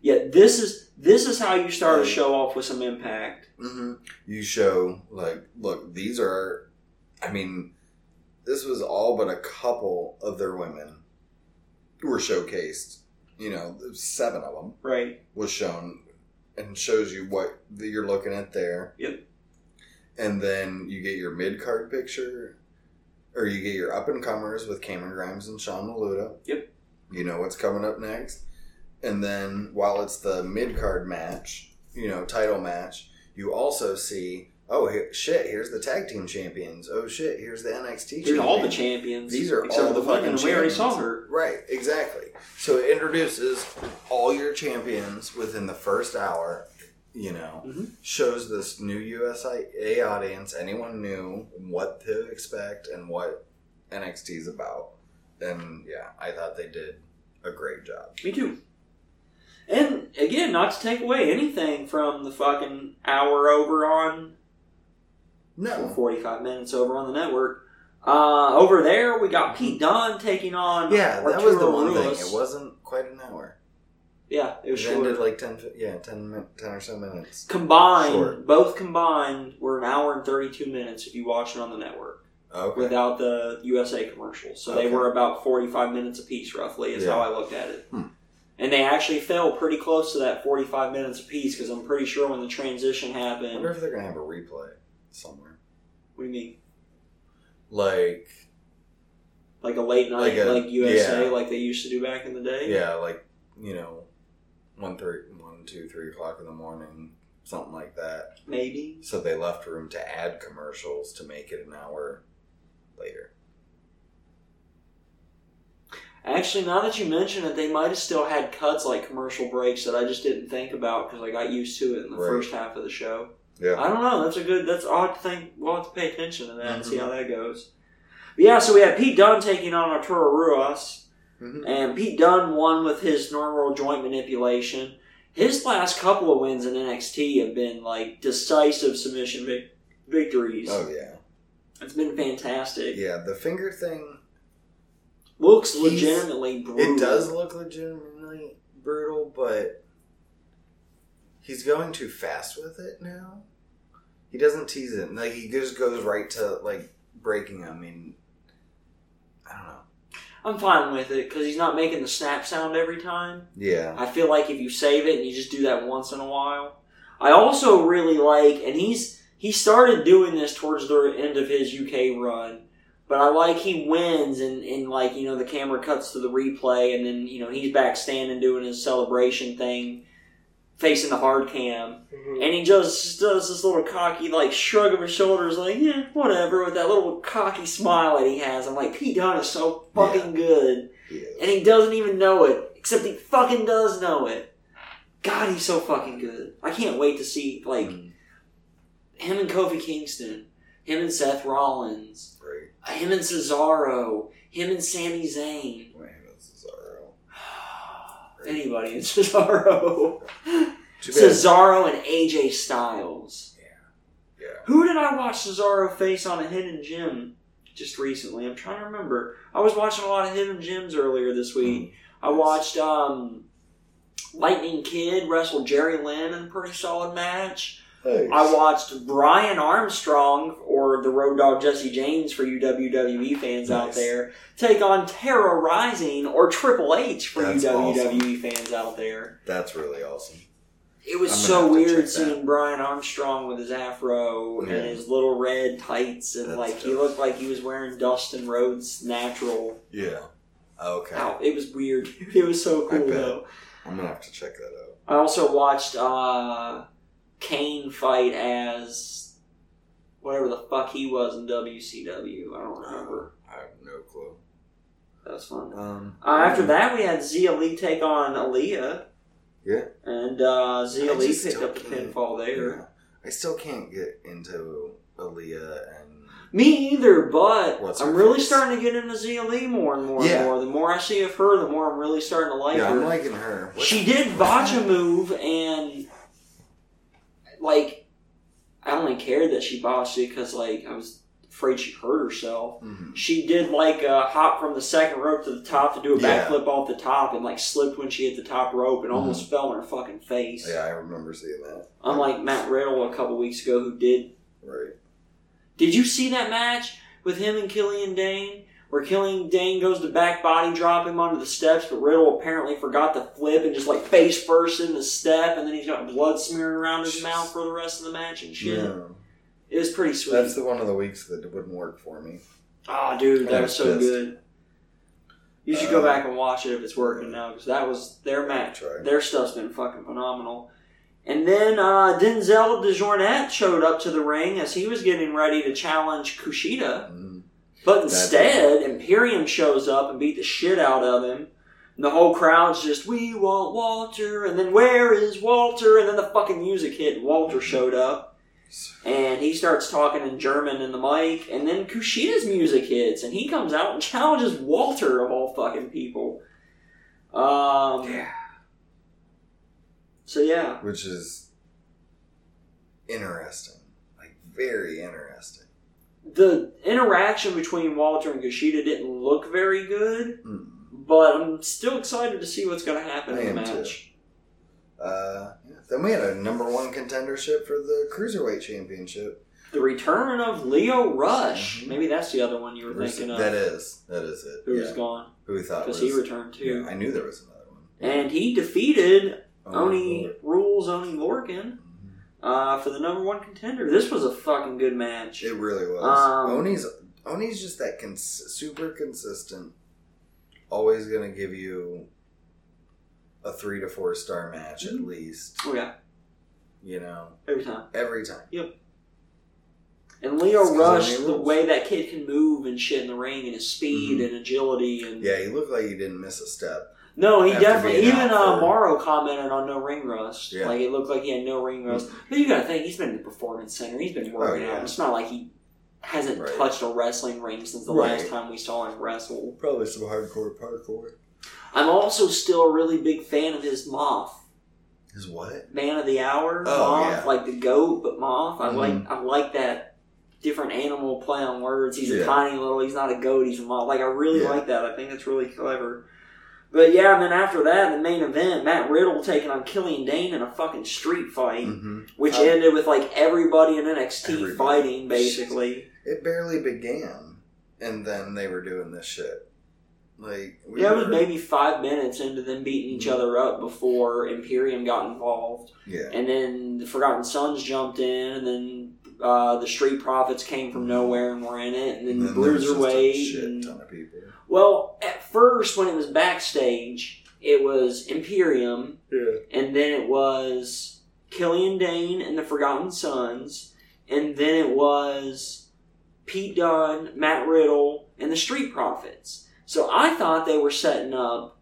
S2: Yeah, this is this is how you start a
S1: Right.
S2: show off with some impact.
S1: Mm-hmm. You show like, look, these are. I mean, this was all but a couple of their women were showcased. You know, seven of them.
S2: Right.
S1: was shown and shows you what that you're looking at there.
S2: Yep.
S1: And then you get your mid card picture, or you get your up and comers with Cameron Grimes and Sean Maluda.
S2: Yep.
S1: You know what's coming up next. And then while it's the mid card match, you know, title match, you also see, oh, he- shit, here's the tag team champions. Oh, shit, here's the NXT
S2: Here's all the champions.
S1: These are
S2: except
S1: all
S2: for
S1: the
S2: women,
S1: fucking
S2: We already saw
S1: champions.
S2: her.
S1: Right, exactly. So it introduces all your champions within the first hour, you know,
S2: Mhm.
S1: shows this new USA audience, anyone new, what to expect and what NXT is about. And yeah, I thought they did a great job.
S2: Me too. And again, not to take away anything from the fucking hour over on
S1: No.
S2: 45 minutes over on the network. Uh, over there, we got Pete Dunne taking on.
S1: Yeah, that was the
S2: Arturo
S1: one thing.
S2: Ruiz.
S1: It wasn't quite an hour.
S2: Yeah, it
S1: It
S2: was short.
S1: ended like 10, fi- yeah, 10, min- 10 or so minutes.
S2: combined,
S1: short.
S2: both combined, were an hour and thirty-two minutes if you watch it on the network
S1: Okay.
S2: without the USA commercial. So they
S1: Okay.
S2: were about forty-five minutes apiece, roughly, is
S1: Yeah.
S2: how I looked at it.
S1: Hmm.
S2: And they actually fell pretty close to that forty-five minutes apiece because I'm pretty sure when the transition
S1: I
S2: happened,
S1: wonder if they're going to have a replay somewhere.
S2: what do you mean?
S1: Like,
S2: Like a late night,
S1: Like a-
S2: like USA,
S1: yeah.
S2: like they used to do back in the day.
S1: yeah, like, you know, 1, thirty- one, two, three o'clock in the morning, something like that.
S2: Maybe
S1: So they left room to add commercials to make it an hour later.
S2: Actually, now that you mention it, they might have still had cuts like commercial breaks that I just didn't think about because I got used to it in the
S1: Right.
S2: first half of the show.
S1: Yeah.
S2: I don't know. That's a good. That's odd to think. We'll have to pay attention to that and see
S1: Mhm.
S2: how that goes. But yeah, so we had Pete Dunne taking on Arturo Ruas,
S1: Mhm.
S2: and Pete Dunne won with his normal joint manipulation. His last couple of wins in NXT have been like decisive submission vic- victories.
S1: Oh, yeah.
S2: It's been fantastic.
S1: Yeah, the finger thing,
S2: Looks
S1: He's-
S2: legitimately brutal.
S1: it does look legitimately brutal, but he's going too fast with it now. He doesn't tease it. Like, he just goes right to, like, breaking him. I mean, I don't know.
S2: I'm fine with it because he's not making the snap sound every time.
S1: Yeah.
S2: I feel like if you save it and you just do that once in a while. I also really like, and he's he started doing this towards the end of his UK run, but I like he wins and and like you know the camera cuts to the replay and then you know he's back standing doing his celebration thing, facing the hard cam. And he just does this little cocky, like, shrug of his shoulders, like, yeah, whatever, with that little cocky smile that he has. I'm like, Pete Dunne is so fucking good.
S1: Yeah.
S2: And he doesn't even know it, except he fucking does know it. God, he's so fucking good. I can't wait to see, like,
S1: Mm,
S2: him and Kofi Kingston, him and Seth Rollins,
S1: great.
S2: him and Cesaro, him and Sami Zayn. <sighs>
S1: Man, that's Cesaro.
S2: Anybody in <laughs> Cesaro.
S1: Too bad.
S2: Cesaro and AJ Styles.
S1: yeah.
S2: Who did I watch Cesaro face on a hidden gem just recently? I'm trying to remember. I was watching a lot of hidden gems earlier this week. I
S1: nice.
S2: watched um, Lightning Kid wrestle Jerry Lynn in a pretty solid match. I watched Brian Armstrong or the Road Dog Jesse James for you WWE fans out
S1: Nice.
S2: there take on Terra Rising or Triple H for
S1: That's
S2: you
S1: awesome.
S2: WWE fans out there.
S1: That's really awesome.
S2: It was
S1: I'm gonna
S2: so
S1: have to
S2: weird
S1: check
S2: seeing Brian Armstrong with his afro
S1: Yeah.
S2: and his little red tights, and
S1: That's
S2: like he
S1: tough.
S2: looked like he was wearing Dustin Rhodes natural.
S1: Yeah. Okay.
S2: Ow, it was weird. <laughs> It was so
S1: I
S2: cool
S1: bet.
S2: though.
S1: I'm gonna have to check that out.
S2: I also watched uh, Kane fight as whatever the fuck he was in WCW. I don't remember.
S1: I have no clue.
S2: That was fun.
S1: Um.
S2: Uh, after that, we had Zia Lee take on Aaliyah.
S1: Yeah.
S2: And uh, Zia
S1: I
S2: Lee
S1: just
S2: picked up the
S1: don't get it.
S2: pinfall there.
S1: yeah. I still can't get into Aaliyah and
S2: Me either, but
S1: What's
S2: I'm
S1: her
S2: really
S1: face?
S2: starting to get into Zia Lee more and more and
S1: Yeah.
S2: more. The more I see of her, the more I'm really starting to like
S1: yeah,
S2: her.
S1: I'm liking her. What-
S2: she did botch a move, and like I only cared that she botched it because like I was afraid she hurt herself.
S1: Mhm.
S2: She did like a hop from the second rope to the top to do a
S1: Yeah.
S2: backflip off the top, and like slipped when she hit the top rope and
S1: Mhm.
S2: almost fell on her fucking face.
S1: Yeah, I remember seeing that.
S2: Unlike Matt Riddle a couple weeks ago, who did
S1: Right.
S2: did you see that match with him and Killian Dane? Where Killian Dane goes to back body drop him onto the steps, but Riddle apparently forgot to flip and just like face first in the step, and then he's got blood smearing around his
S1: Jeez.
S2: mouth for the rest of the match and shit.
S1: Yeah.
S2: It was pretty sweet.
S1: That's the one of the weeks that wouldn't work for me.
S2: oh, dude, that
S1: I'm
S2: was so
S1: pissed.
S2: good. You should go
S1: Uh,
S2: back and watch it if it's working now, because that was their match.
S1: Try.
S2: Their stuff's been fucking phenomenal. And then uh, Denzel DeJournette showed up to the ring as he was getting ready to challenge Kushida.
S1: Mm.
S2: But
S1: That-
S2: instead, Imperium shows up and beat the shit out of him. And the whole crowd's just, we want Walter, and then where is Walter? And then the fucking music hit, and Walter showed up. And he starts talking in German in the mic, and then Kushida's music hits, and he comes out and challenges Walter of all fucking people. Um,
S1: Yeah.
S2: So yeah,
S1: Which is interesting. Like very interesting.
S2: the interaction between Walter and Kushida didn't look very good,
S1: Mm.
S2: but I'm still excited to see what's going to happen
S1: I
S2: in the
S1: am too.
S2: match.
S1: Uh, then we had a number one contendership for the cruiserweight championship.
S2: The return of Leo Rush.
S1: Mhm.
S2: Maybe that's the other one you were
S1: Who's-
S2: thinking of.
S1: that is that is it.
S2: who
S1: yeah.
S2: was gone
S1: Who we thought was?
S2: because he returned too,
S1: yeah, I knew there was another one.
S2: and he defeated
S1: Oh,
S2: Oni
S1: Lord.
S2: rules Oni Lorcan
S1: Mhm.
S2: uh, for the number one contender. This was a fucking good match.
S1: It really was.
S2: Um,
S1: Oni's Oni's just that cons- super consistent. Always going to give you a three to four star match at least.
S2: Oh yeah,
S1: You know,
S2: every time.
S1: every time.
S2: And Leo
S1: It's 'cause
S2: Rush,
S1: Oni
S2: the
S1: rules. Mm-hmm.
S2: way that kid can move and shit in the ring, and his speed and agility, and
S1: Yeah, he looked like he didn't miss a step.
S2: no, he
S1: After
S2: definitely.
S1: being
S2: Even
S1: out
S2: uh,
S1: for-
S2: Morrow commented on no ring rust.
S1: Yeah. Mm-hmm.
S2: Like it looked like he had no ring rust. But you gotta think he's been in the performance center. He's been working
S1: Oh, yeah.
S2: out. It's not like he hasn't
S1: Right.
S2: touched a wrestling ring since the
S1: Right.
S2: last time we saw him wrestle.
S1: Probably some hardcore parkour.
S2: I'm also still a really big fan of his moth.
S1: His what?
S2: man of the hour,
S1: Oh,
S2: moth,
S1: yeah.
S2: like the goat, but moth. I
S1: Mhm.
S2: like I like that different animal play on words. He's a
S1: Yeah.
S2: tiny little. He's not a goat. He's a moth. Like I really
S1: Yeah.
S2: like that. I think that's really clever. But yeah, and then after that, the main event, Matt Riddle taking on Killian Dane in a fucking street fight,
S1: hmm
S2: which
S1: Oh.
S2: ended with like everybody in NXT
S1: Everybody.
S2: fighting basically.
S1: It barely began, and then they were doing this shit. Like we
S2: Yeah, it was
S1: were-
S2: maybe five minutes into them beating each other up before Imperium got involved.
S1: Mm-hmm. yeah.
S2: And then the Forgotten Sons jumped in, and then uh, the Street Profits came from nowhere and were in it, and then
S1: And
S2: the
S1: then there was just a
S2: Bruiserweight.
S1: shit
S2: and-
S1: ton of people.
S2: Well, at first, when it was backstage, it was Imperium,
S1: Yeah.
S2: and then it was Killian Dane and the Forgotten Sons, and then it was Pete Dunne, Matt Riddle, and the Street Profits. So I thought they were setting up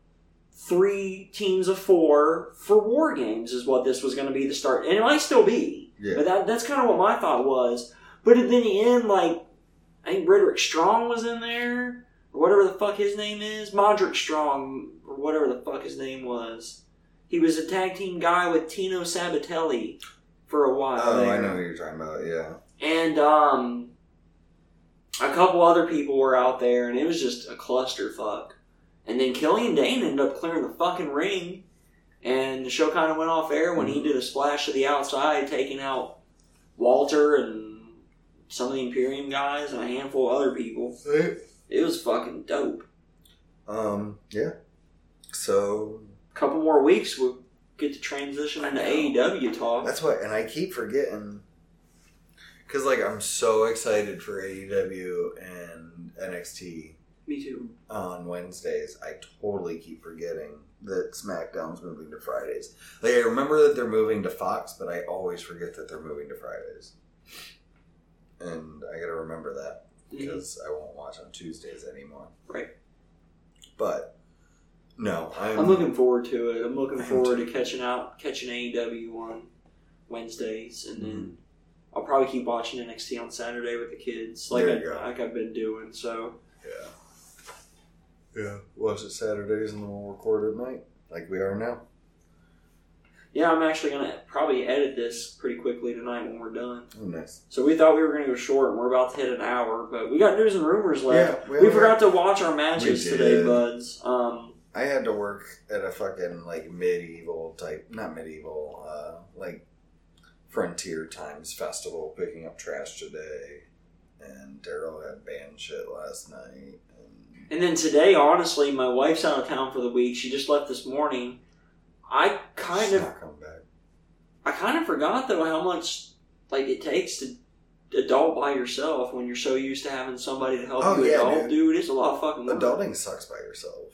S2: three teams of four for War Games, is what this was going to be the start, and it might still be,
S1: Yeah.
S2: but that, that's kind of what my thought was. But then the end, like I think Roderick Strong was in there. Or whatever the fuck his name is, Modric Strong, or whatever the fuck his name was. He was a tag team guy with Tino Sabatelli for a while.
S1: Oh, I
S2: there.
S1: know what you're talking about. Yeah.
S2: And um, a couple other people were out there, and it was just a clusterfuck. And then Killian Dane ended up clearing the fucking ring, and the show kind of went off air when he did a splash to the outside, taking out Walter and some of the Imperium guys and a handful of other people. It was fucking dope.
S1: Um. Yeah. So
S2: A couple more weeks, we'll get to transition into
S1: know.
S2: AEW talk.
S1: that's what, and I keep forgetting because like I'm so excited for AEW and NXT
S2: Me too.
S1: on Wednesdays. I totally keep forgetting that SmackDown's moving to Fridays. Like I remember that they're moving to Fox, but I always forget that they're moving to Fridays. And I gotta remember that. because I won't watch on Tuesdays anymore.
S2: Mhm. Right.
S1: But no, I'm,
S2: I'm looking forward to it. I'm looking
S1: I am
S2: forward to catching out, catching AEW on Wednesdays, and
S1: Mm-hmm.
S2: then I'll probably keep watching NXT on Saturday with the kids, like
S1: There
S2: I,
S1: you go.
S2: like I've been doing. So
S1: Yeah. Yeah. Watch it Saturdays and then we'll record at night, like we are now.
S2: yeah, I'm actually gonna probably edit this pretty quickly tonight when we're done.
S1: Oh, nice.
S2: So we thought we were gonna go short, and we're about to hit an hour, but we got news and rumors left.
S1: yeah.
S2: we forgot to watch our matches
S1: We
S2: today,
S1: did.
S2: buds. Um,
S1: I had to work at a fucking like medieval type, not medieval, uh, like frontier times festival, picking up trash today. And Daryl had band shit last night. And
S2: And then today, honestly, my wife's out of town for the week. She just left this morning. I kind
S1: she's
S2: of
S1: not coming back.
S2: I kind of forgot though how much like it takes to adult by yourself when you're so used to having somebody to help
S1: Oh,
S2: you
S1: yeah,
S2: adult, dude.
S1: dude.
S2: It's a lot of fucking work.
S1: Adulting sucks by yourself.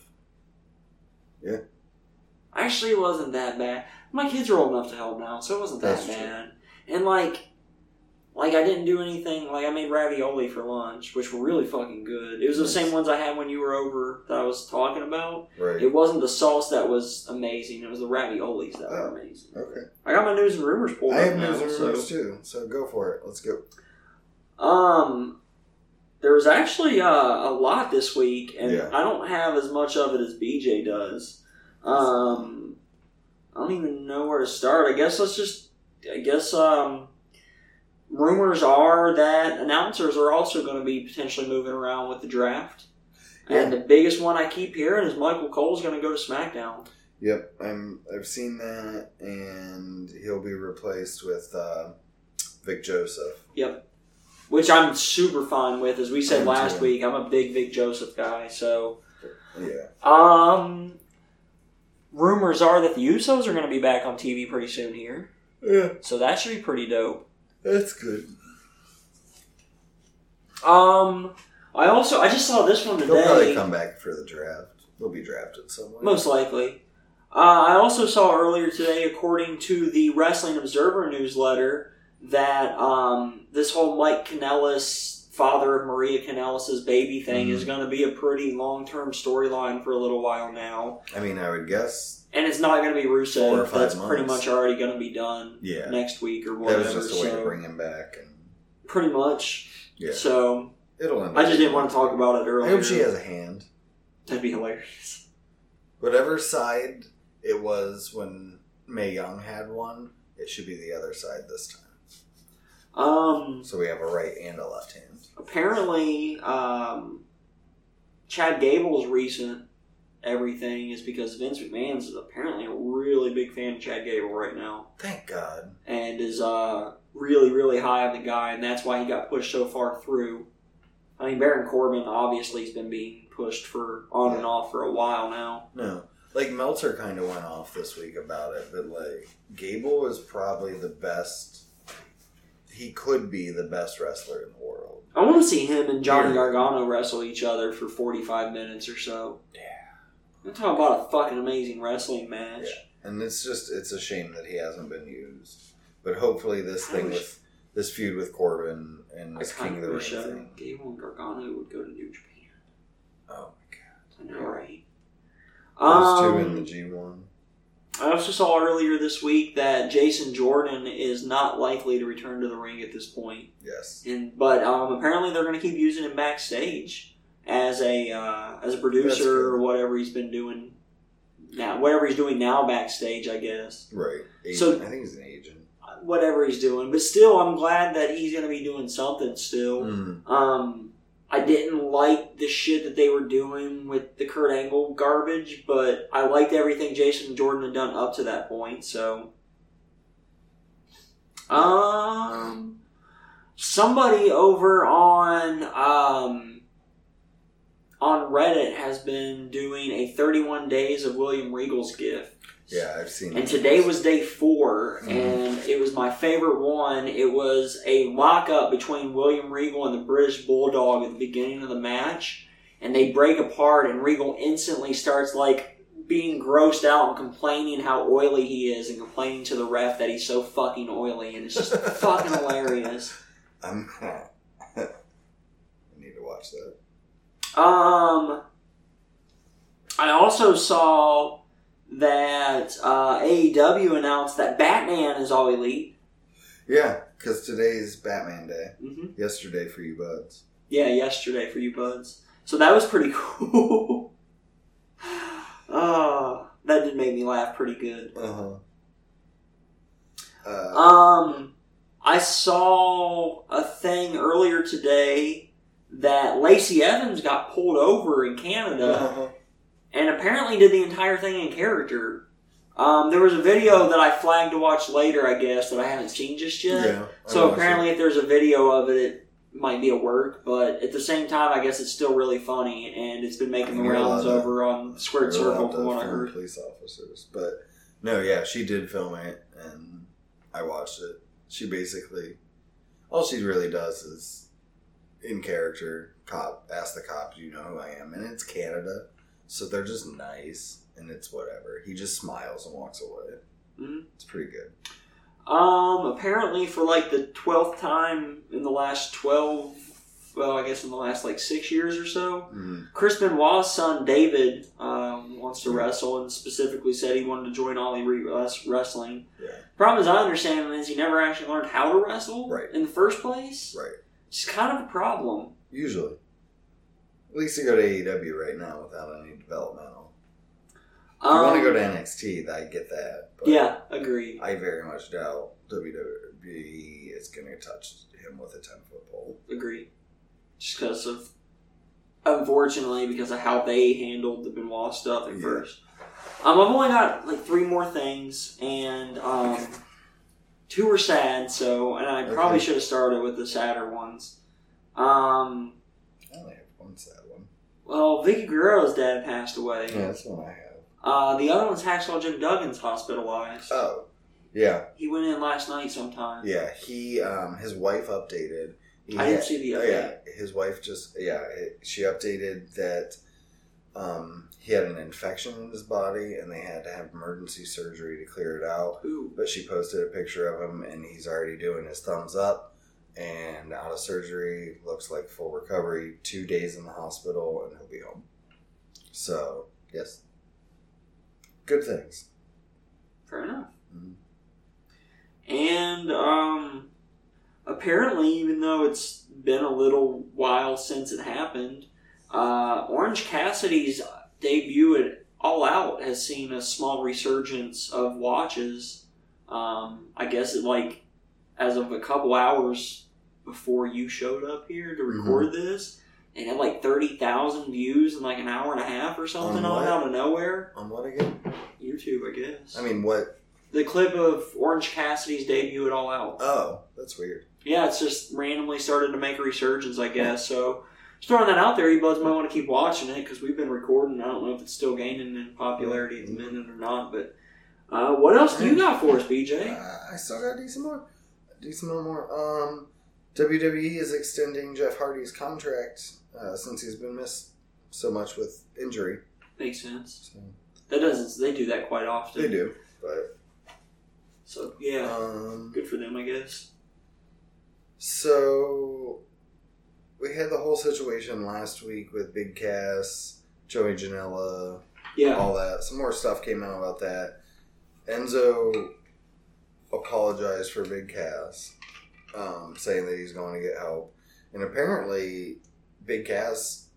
S2: Actually, it wasn't that bad. My kids are old enough to help now, so it wasn't that
S1: That's true.
S2: bad. And like, like I didn't do anything. Like I made ravioli for lunch, which were really fucking good. It was the
S1: Nice.
S2: same ones I had when you were over that I was talking about.
S1: Right.
S2: It wasn't the sauce that was amazing. It was the raviolis that were amazing.
S1: Oh, Okay.
S2: I got my news and rumors pulled
S1: I
S2: up
S1: have
S2: now.
S1: news and
S2: so.
S1: rumors too, so go for it. Let's go.
S2: Um, there was actually uh, a lot this week, and
S1: Yeah.
S2: I don't have as much of it as BJ does. Um, I don't even know where to start. I guess let's just. I guess um, rumors are that announcers are also going to be potentially moving around with the draft. And the biggest one I keep hearing is Michael Cole's going to go to SmackDown.
S1: Yep, I'm. I've seen that, and he'll be replaced with uh, Vic Joseph.
S2: which I'm super fine with. As we said
S1: Me
S2: last
S1: too.
S2: week, I'm a big, big Joseph guy. So,
S1: Yeah,
S2: um, rumors are that the Usos are going to be back on TV pretty soon here.
S1: yeah,
S2: So that should be pretty dope.
S1: that's good.
S2: Um, I also I just saw this one
S1: He'll probably
S2: today,
S1: come back for the draft. He'll be drafted somewhere.
S2: most likely. Uh, I also saw earlier today, according to the Wrestling Observer newsletter, that um, this whole Mike Kanellis, father of Maria Kanellis' baby thing,
S1: Mm-hmm.
S2: is going to be a pretty long term storyline for a little while now.
S1: I mean, I would guess.
S2: And it's not going to be Rusev.
S1: Four or five
S2: That's pretty
S1: months.
S2: much already going to be done
S1: Yeah,
S2: next week or
S1: that
S2: whatever.
S1: was just a way
S2: so
S1: to bring him back, and
S2: pretty much.
S1: yeah,
S2: So
S1: it'll end.
S2: I
S1: up
S2: just
S1: being-
S2: didn't want to talk about it
S1: I
S2: earlier.
S1: hope she has a hand.
S2: That'd be hilarious.
S1: Whatever side it was when May Young had one, it should be the other side this time.
S2: Um,
S1: So we have a right and a left hand.
S2: apparently, um, Chad Gable's recent everything is because Vince McMahon's apparently a really big fan of Chad Gable right now
S1: Thank God.
S2: and is uh, really, really high on the guy, and that's why he got pushed so far through. I mean, Baron Corbin obviously has been being pushed for on and off for a while now.
S1: No. Like Meltzer kind of went off this week about it, but like Gable is probably the best. He could be the best wrestler in the world.
S2: I want to see him and Johnny
S1: Yeah.
S2: Gargano wrestle each other for 45 minutes or so.
S1: Yeah.
S2: I'm talking about a fucking amazing wrestling match.
S1: And it's just it's a shame that he hasn't been used. But hopefully this
S2: I
S1: thing
S2: wish-
S1: with this feud with Corbin and
S2: I
S1: this King
S2: kind
S1: of
S2: of
S1: the Ring
S2: wish uh,
S1: thing.
S2: Gable and Gargano would go to New Japan.
S1: Oh my
S2: I know, right?
S1: god. Those
S2: Um,
S1: two in the G one.
S2: I also saw earlier this week that Jason Jordan is not likely to return to the ring at this point.
S1: Yes.
S2: And but um, apparently they're going to keep using him backstage as a uh, as a
S1: That's
S2: producer
S1: good.
S2: or whatever he's been doing now, whatever he's doing now backstage, I guess.
S1: Right. Agent.
S2: So-
S1: I think he's an agent.
S2: whatever he's doing. But still, I'm glad that he's going to be doing something still.
S1: Mm.
S2: Um, I didn't like the shit that they were doing with the Kurt Angle garbage, but I liked everything Jason Jordan had done up to that point. So, um, somebody over on um on Reddit has been doing a 31 days of William Regal's gift.
S1: Yeah, I've seen
S2: And
S1: that.
S2: today was day 4
S1: Mhm.
S2: and it was my favorite one. It was a lock up between William Regal and the British Bulldog at the beginning of the match, and they break apart, and Regal instantly starts like being grossed out and complaining how oily he is, and complaining to the ref that he's so fucking oily, and it's just fucking hilarious.
S1: I'm <laughs> I need to watch that.
S2: Um, I also saw that uh, AEW announced that Batman is all elite.
S1: Yeah, because today's Batman Day.
S2: hmm
S1: Yesterday for you buds.
S2: Yeah, yesterday for you buds. So that was pretty <laughs> cool. uh, that did make me laugh pretty good.
S1: Uh-huh. Uh
S2: Um, I saw a thing earlier today that Lacey Evans got pulled over in Canada
S1: uh-huh.
S2: and apparently did the entire thing in character. Um, there was a video that I flagged to watch later, I guess, that I haven't seen just yet.
S1: Oh, I
S2: So
S1: watched it.
S2: apparently, if there's a video of it, it might be a work. But at the same time, I guess it's still really funny, and it's been making the
S1: You're
S2: rounds
S1: allowed to-
S2: over on Squared
S1: They were allowed
S2: Circle
S1: to
S2: from what I
S1: film
S2: heard.
S1: Police officers, but no, yeah, she did film it, and I watched it. She basically, all she really does is, in character, cop ask the cop, "Do you know who I am?" And it's Canada, so they're just nice, and it's whatever. He just smiles and walks away.
S2: Mhm.
S1: It's pretty good.
S2: Um, apparently, for like the twelfth time in the last twelve, well, I guess in the last like six years or so,
S1: Mm.
S2: Chris Benoit's son David um, wants to
S1: Mhm.
S2: wrestle, and specifically said he wanted to join All Elite Wres- Wrestling.
S1: Yeah.
S2: Problem is, I understand is he never actually learned how to wrestle
S1: Right.
S2: in the first place.
S1: Right.
S2: Which is kind of a problem.
S1: Usually, at least you go to AEW right now without any developmental. If you want to
S2: Um,
S1: go to NXT, I get that.
S2: Yeah, agreed.
S1: I very much doubt WWE be it's going to touch him with a ten foot pole.
S2: Agree. Just because of, unfortunately, because of how they handled the Benoit stuff at
S1: Yeah.
S2: first. Um, I've only got like three more things, and um,
S1: Okay.
S2: two are sad. So, and I probably
S1: Okay.
S2: should have started with the sadder ones. Um,
S1: I only have one sad one.
S2: well, Vicky Guerrero's dad passed away.
S1: Yeah, that's the one I have.
S2: Uh, the other one's Hacksaw Jim Duggan's hospitalized.
S1: Oh, yeah,
S2: he went in last night sometime.
S1: yeah. He, um, his wife updated. He
S2: I didn't
S1: had-
S2: see the
S1: Oh,
S2: update.
S1: yeah, his wife just yeah, it, she updated that um, he had an infection in his body and they had to have emergency surgery to clear it out.
S2: Ooh.
S1: But she posted a picture of him and he's already doing his thumbs up and out of surgery. Looks like full recovery. Two days in the hospital and he'll be home. So yes, good things.
S2: Fair enough.
S1: Mhm.
S2: And um, apparently, even though it's been a little while since it happened, uh, Orange Cassidy's debut at All Out has seen a small resurgence of watches. Um, I guess it like as of a couple hours before you showed up here to
S1: Mm-hmm.
S2: record this, it had like thirty thousand views in like an hour and a half or something
S1: On
S2: on
S1: what?
S2: out of nowhere.
S1: On what again?
S2: YouTube, I guess.
S1: I mean, what?
S2: The clip of Orange Cassidy's debut at All Out.
S1: Oh, that's weird.
S2: Yeah, it's just randomly started to make a resurgence, I guess. So, just throwing that out there, you buds might want to keep watching it because we've been recording. I don't know if it's still gaining in popularity at the minute or not, but uh, what else do you got for us, BJ?
S1: Uh, I still gotta do some more. Do some more. Um, WWE is extending Jeff Hardy's contract uh, since he's been missed so much with injury.
S2: Makes sense.
S1: So
S2: That doesn't. They do that quite often.
S1: they do, but
S2: So yeah,
S1: um,
S2: good for them, I guess.
S1: so we had the whole situation last week with Big Cass, Joey Janela,
S2: Yeah.
S1: all that. Some more stuff came out about that. Enzo apologized for Big Cass, um, saying that he's going to get help. And apparently, Big Cass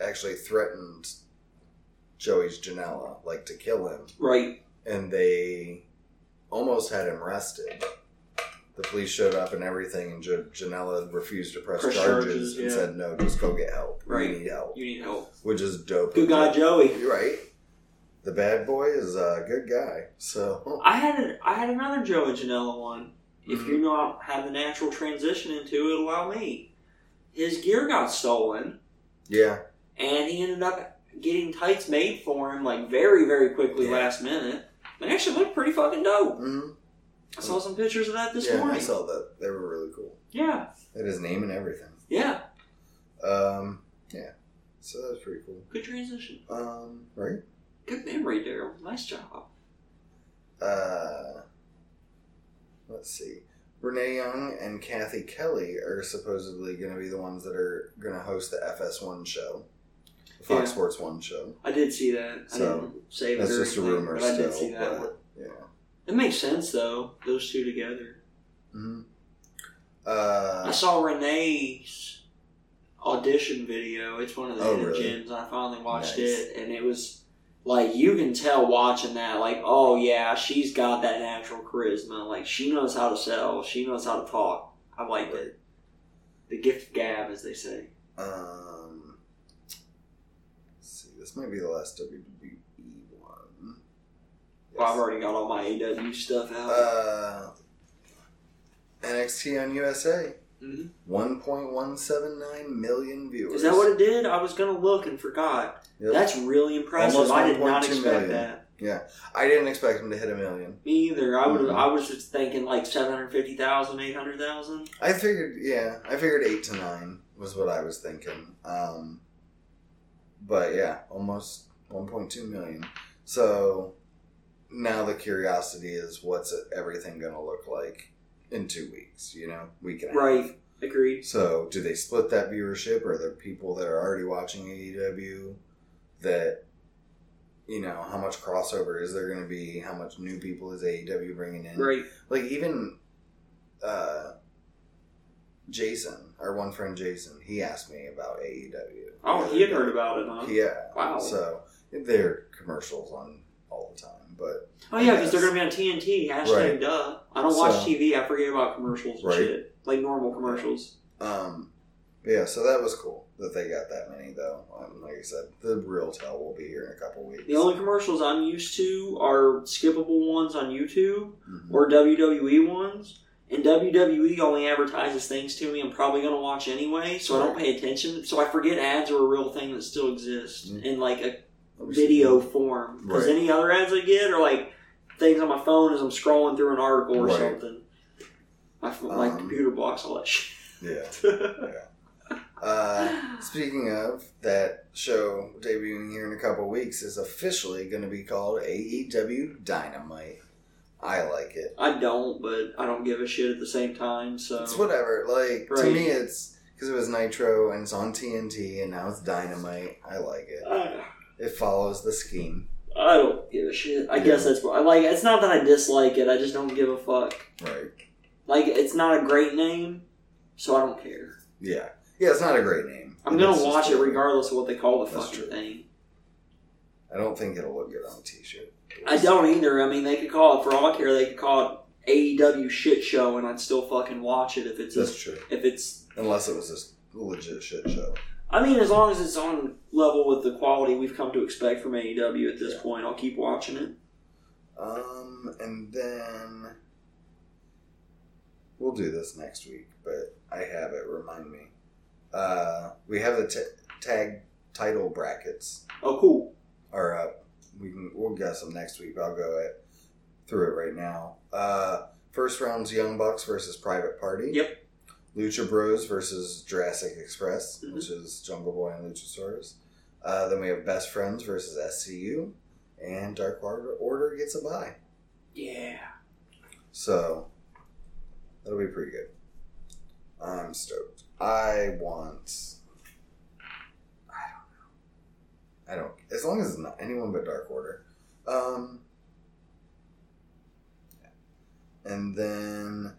S1: actually threatened Joey's Janela, like to kill him.
S2: Right.
S1: And they almost had him arrested. The police showed up and everything, and J- Janela refused to press,
S2: Press
S1: charges,
S2: charges,
S1: and
S2: yeah.
S1: said, No, just go get help.
S2: Right.
S1: We need help.
S2: You need help.
S1: Which is dope.
S2: Good guy, Joey.
S1: You're right. The bad boy is a good guy. So
S2: I had a, I had another Joe and Janela one. If
S1: Mhm.
S2: you don't have the natural transition into it, allow me. His gear got stolen,
S1: yeah,
S2: and he ended up getting tights made for him like very very quickly
S1: Yeah.
S2: last minute. They actually looked pretty fucking dope.
S1: mm
S2: I saw some pictures of that this
S1: yeah, I
S2: morning.
S1: saw that. They were really cool.
S2: Yeah,
S1: Had his name and everything.
S2: yeah,
S1: Um, yeah. So that was pretty cool.
S2: good transition.
S1: Um, right?
S2: Good memory, Daryl. Nice job.
S1: Uh, let's see. Renee Young and Kathy Kelly are supposedly going to be the ones that are going to host the FS1 show, the Fox
S2: Yeah.
S1: Sports One show.
S2: I did see that. I
S1: So,
S2: didn't save
S1: That's
S2: it or
S1: just a
S2: anything,
S1: rumor
S2: but I
S1: still.
S2: did see that. one.
S1: but, yeah.
S2: It makes sense though. Those two together.
S1: hmm
S2: I
S1: Uh,
S2: saw Renee's audition video. It's one of the
S1: Oh,
S2: hidden
S1: really?
S2: gems. I finally watched
S1: Nice.
S2: it, and it was like you can tell watching that, like, oh yeah, she's got that natural charisma. Like she knows how to sell. She knows how to talk. I like it. The gift of gab, as they say.
S1: Um, let's see, this might be the last WWE one.
S2: Well, I've already got all my AW stuff out.
S1: Uh, NXT on USA.
S2: Mhm.
S1: 1.179 million viewers.
S2: Is that what it did? I was gonna look and forgot.
S1: Yep.
S2: That's really impressive.
S1: Almost
S2: I did not
S1: 1.2 million.
S2: expect that.
S1: I didn't expect him to hit a million.
S2: Me either. I would.
S1: Mhm.
S2: I was just thinking like 750,000, 800,000.
S1: I figured, yeah, I figured eight to nine was what I was thinking. Um, but yeah, almost 1.2 million. So now the curiosity is what's everything going to look like in two weeks? You know, week and a half.
S2: Right. Agreed.
S1: So do they split that viewership, or are there people that are already watching AEW that? You know how much crossover is there going to be? How much new people is AEW bringing in?
S2: Right.
S1: like even uh Jason, our one friend Jason, he asked me about AEW.
S2: Oh, he had heard about it, huh?
S1: Yeah.
S2: Wow.
S1: So their commercials on all the time, but
S2: oh yeah,
S1: Yes.
S2: because they're gonna be on TNT. Hashtag
S1: Right.
S2: duh. I I don't watch
S1: So-
S2: TV. I forget about commercials and
S1: Right.
S2: shit, like normal commercials.
S1: Um, yeah, so that was cool that they got that many, though. Um, like I said, the real tell will be here in a couple weeks.
S2: The only commercials I'm used to are skippable ones on YouTube
S1: Mhm.
S2: or WWE ones. And WWE only advertises things to me I'm probably going to watch anyway, so I don't pay attention. So I forget ads are a real thing that still exists
S1: Mhm.
S2: in like a
S1: Let me see.
S2: video form. Because
S1: Right.
S2: any other ads I get are like things on my phone as I'm scrolling through an article or
S1: Right.
S2: something. My, ph- my
S1: Um,
S2: computer blocks all that <laughs> shit.
S1: Yeah. Uh, speaking of, that show debuting here in a couple weeks is officially going to be called AEW Dynamite. I like it.
S2: I don't, but I don't give a shit at the same time. So
S1: It's whatever. Like to
S2: Right.
S1: me, it's because it was Nitro and it's on TNT and now it's Dynamite. I like it.
S2: I,
S1: It follows the scheme.
S2: I don't give a shit. I guess that's what I like. It's not that I dislike it. I just don't give a fuck.
S1: Right.
S2: Like it's not a great name, so I don't care.
S1: Yeah. Yeah. It's not a great name.
S2: I'm
S1: And
S2: gonna
S1: it's just
S2: watch it
S1: whatever.
S2: regardless of what they call the
S1: That's
S2: fucking
S1: true.
S2: thing.
S1: I don't think it'll look good on a T-shirt.
S2: I don't either. I mean, they could call it for all I care. They could call it AEW shit show, and I'd still fucking watch it if it's
S1: That's true.
S2: if it's
S1: Unless it was this legit shit show.
S2: I mean, as long as it's on level with the quality we've come to expect from AEW at this
S1: Yeah.
S2: point, I'll keep watching it.
S1: Um, and then we'll do this next week, but I have it. Remind me. Uh, we have the ta- tag title brackets
S2: Oh, cool.
S1: are up. We can we'll guess them next week. But I'll go it through it right now. Uh, first round's Young Bucks versus Private Party.
S2: Yep.
S1: Lucha Bros versus Jurassic Express,
S2: Mhm.
S1: which is Jungle Boy and Luchasaurus. Uh, then we have Best Friends versus SCU, and Dark Order, Order gets a bye.
S2: Yeah.
S1: So that'll be pretty good. I'm stoked. I want. I don't know. I don't. As long as it's not anyone but Dark Order. Um. And then.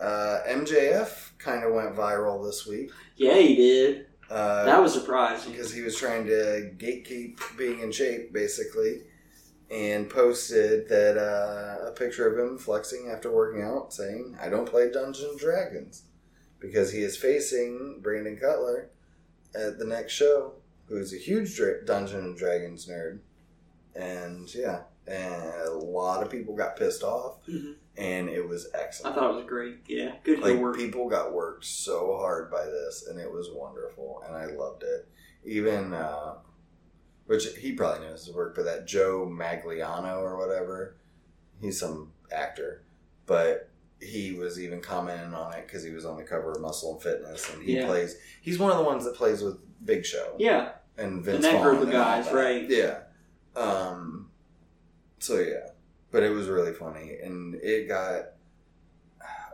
S1: Uh, MJF kind of went viral this week.
S2: Yeah, he did.
S1: Uh,
S2: that was surprising.
S1: because he was trying to gatekeep being in shape, basically, and posted that uh, a picture of him flexing after working out, saying, "I don't play Dungeons and Dragons," because he is facing Brandon Cutler at the next show, who is a huge dra- Dungeons and Dragons nerd, and yeah, and a lot of people got pissed off,
S2: Mhm.
S1: and it was
S2: I
S1: excellent.
S2: thought it was great. Yeah, good
S1: Like
S2: heel work.
S1: people got worked so hard by this, and it was wonderful, and I loved it. Even uh, which he probably knows his work, but that Joe Magliano or whatever, he's some actor, but he was even commenting on it because he was on the cover of Muscle and Fitness, and he
S2: Yeah.
S1: plays. He's one of the ones that plays with Big Show
S2: Yeah,
S1: and Vince
S2: that group
S1: Vaughn
S2: of
S1: and all
S2: guys,
S1: that.
S2: right.
S1: Yeah. Um. So yeah, but it was really funny, and it got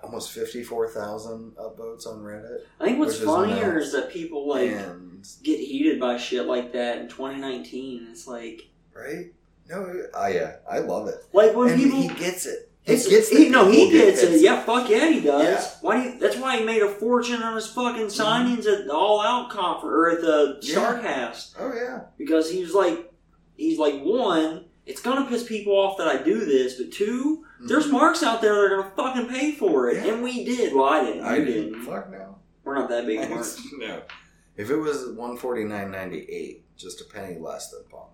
S1: almost fifty-four thousand upvotes on Reddit,
S2: I think what's
S1: Which is
S2: funnier
S1: nuts.
S2: is that people like
S1: and
S2: get heated by shit like that in 2019. It's like,
S1: right. No, I yeah, I love it,
S2: like when
S1: and
S2: people
S1: he gets it. He
S2: It's-
S1: gets
S2: he-
S1: that
S2: no, he
S1: people get
S2: gets it.
S1: pissed.
S2: Yeah, fuck yeah, Mm-hmm. he does.
S1: Yeah.
S2: Why do you, that's why he made a fortune on his fucking signings at the All Out conference or at the
S1: Yeah.
S2: Starcast.
S1: Oh yeah,
S2: because he's like he's like one it's gonna piss people off that i do this but 2 there's
S1: Mm-hmm.
S2: marks out there that are gonna fucking pay for it
S1: Yeah.
S2: and we did well i didn't
S1: I
S2: You
S1: didn't. Fuck no.
S2: we're not that <laughs> big of marks
S1: no. If it was one forty nine ninety eight, just a penny less than Punk.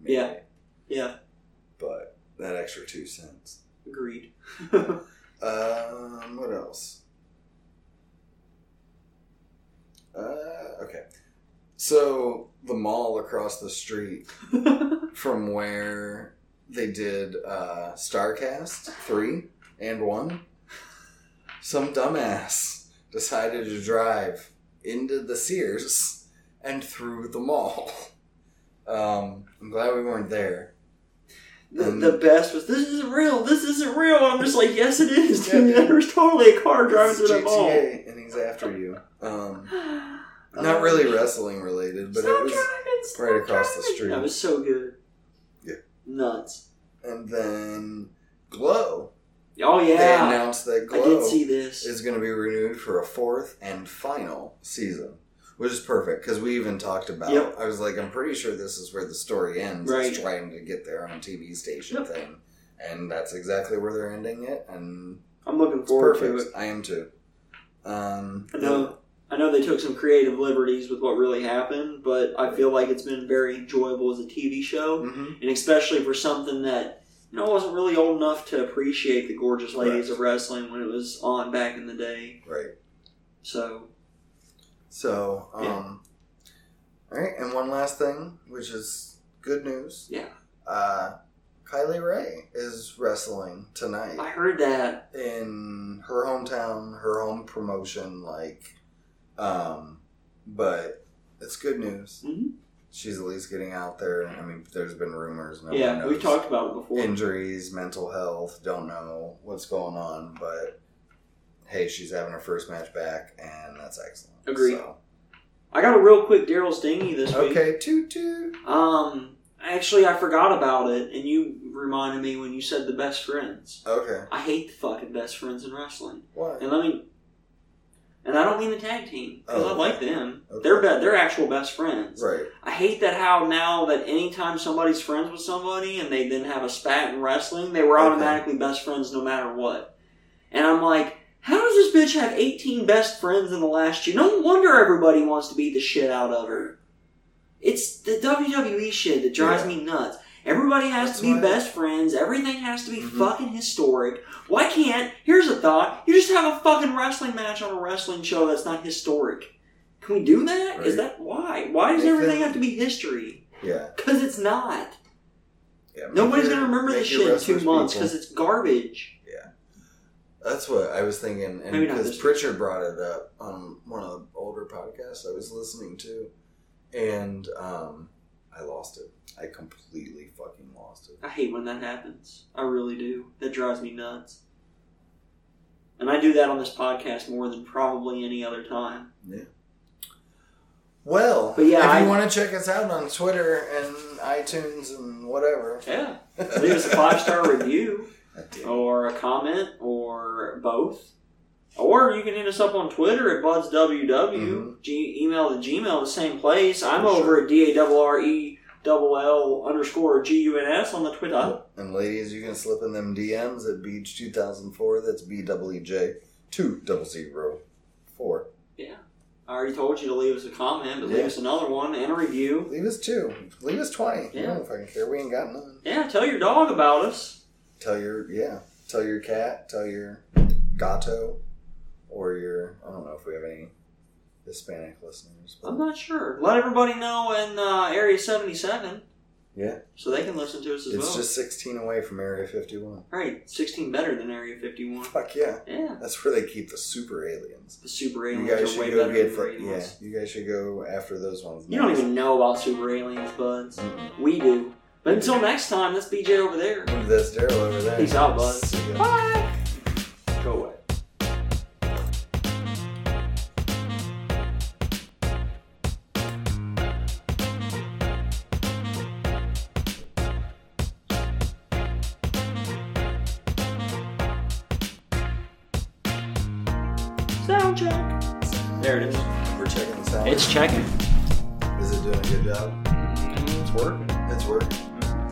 S1: maybe.
S2: Yeah. yeah
S1: But that extra two cents.
S2: agreed
S1: Um, what else? Uh, okay. So the mall across the street from where they did uh, Starcast three and one, some dumbass decided to drive into the Sears and through the mall. Um, I'm glad we weren't there.
S2: the,
S1: Um,
S2: the best was this isn't real this isn't real i'm just like yes it is
S1: Yeah,
S2: dude.
S1: dude.
S2: <laughs> there's totally a car driving
S1: This is
S2: through the mall
S1: GTA, and he's after you. Um,
S2: Um, <sighs>
S1: Not really wrestling related, but
S2: stop
S1: it was.
S2: driving, stop
S1: right across the
S2: driving.
S1: street.
S2: that was so good
S1: Yeah.
S2: nuts
S1: And then Glow.
S2: oh
S1: They
S2: yeah
S1: announced that uh,
S2: i
S1: Glow
S2: did see this
S1: is going to be renewed for a fourth and final season, which is perfect because we even talked about.
S2: Yep.
S1: I was like, I'm pretty sure this is where the story ends.
S2: Right.
S1: It's trying to get their own TV station
S2: Yep.
S1: thing, and that's exactly where they're ending it, and
S2: I'm looking
S1: it's
S2: forward to it.
S1: perfect. I am too. Um,
S2: I know. I know they took some creative liberties with what really happened, but I feel like it's been very enjoyable as a TV show,
S1: Mhm.
S2: and especially for something that you know I wasn't really old enough to appreciate the gorgeous ladies of wrestling when it was on back in the day.
S1: Right.
S2: So
S1: So, um,
S2: Yeah.
S1: all right, and one last thing, which is good news.
S2: Yeah.
S1: Uh, Kylie Ray is wrestling tonight
S2: I heard that.
S1: in her hometown, her home promotion, like, um, but it's good news.
S2: Mhm.
S1: She's at least getting out there. I mean, there's been rumors. No one
S2: yeah,
S1: knows.
S2: we've talked about it before.
S1: injuries, mental health. Don't know what's going on, but hey, she's having her first match back, and that's excellent.
S2: Agreed.
S1: So,
S2: I got a real quick Daryl Stingy this week.
S1: okay, toot toot.
S2: Um, actually, I forgot about it, and you reminded me when you said the best friends.
S1: Okay.
S2: I hate the fucking best friends in wrestling,
S1: What?
S2: and I mean, and I don't mean the tag team because
S1: Oh,
S2: I
S1: okay.
S2: like them.
S1: Okay.
S2: They're be- they're actual best friends.
S1: Right.
S2: I hate that how now that anytime somebody's friends with somebody and they then have a spat in wrestling, they were
S1: Okay.
S2: automatically best friends no matter what. And I'm like, how does this bitch have 18 best friends in the last year? No wonder everybody wants to beat the shit out of her. It's the WWE shit that drives
S1: Yeah.
S2: me nuts. Everybody has
S1: That's
S2: to be
S1: why-
S2: best friends. Everything has to be
S1: Mhm.
S2: fucking historic. Why can't, here's a thought, you just have a fucking wrestling match on a wrestling show that's not historic. Can we do that?
S1: Right.
S2: Is that why? Why does
S1: Make
S2: everything
S1: them-
S2: have to be history?
S1: Yeah.
S2: Because it's not.
S1: yeah make
S2: Nobody's
S1: your-
S2: gonna remember
S1: make
S2: this
S1: your
S2: shit in two
S1: wrestlers
S2: months
S1: people.
S2: because it's garbage.
S1: that's what I was thinking, and
S2: Maybe not
S1: because
S2: this-
S1: Pritchard brought it up on one of the older podcasts I was listening to, and um, I lost it. I completely fucking lost it.
S2: I hate when that happens. I really do. That drives me nuts. And I do that on this podcast more than probably any other time.
S1: Well,
S2: But yeah,
S1: if
S2: I-
S1: you want to check us out on Twitter and iTunes and whatever,
S2: Yeah.
S1: <laughs>
S2: Leave us a five star review
S1: I did.
S2: or a comment or both. Or you can hit us up on Twitter at BudsWW. G- email to Gmail, the same place. I'm
S1: Mm-hmm. For
S2: over at D A double R E double L underscore G U N S on the Twitter.
S1: And ladies, you can slip in them DMs at Beach 2004. That's B W J two double zero four.
S2: I already told you to leave us a comment, but
S1: Yeah.
S2: leave us another one and a review.
S1: Leave us two. Leave us twenty. I
S2: Yeah.
S1: don't fucking care. We ain't got none.
S2: Yeah, tell your dog about us.
S1: Tell your yeah. Tell your cat. Tell your gato, or your I don't know if we have any Hispanic listeners. but-
S2: I'm not sure. Let everybody know in uh, Area 77
S1: yeah,
S2: so they can listen to us as
S1: it's
S2: well.
S1: just sixteen away from Area Fifty One.
S2: All right, 16 better than Area 51.
S1: Fuck yeah,
S2: Yeah.
S1: that's where they keep the super aliens.
S2: The Super
S1: You
S2: Aliens
S1: guys
S2: are
S1: should
S2: way better
S1: go
S2: than
S1: get
S2: the
S1: the, yeah.
S2: Aliens.
S1: You guys should go after those ones.
S2: You don't even know about Super Aliens, buds.
S1: Mm-mm.
S2: We do. But until next time, that's BJ over there.
S1: That's Daryl over there.
S2: Peace out, bud.
S1: See ya.
S2: Bye. Go away. Sound check. There it is.
S1: We're checking this out.
S2: It's checking.
S1: Is it doing a good job?
S2: It's working.
S1: It's working.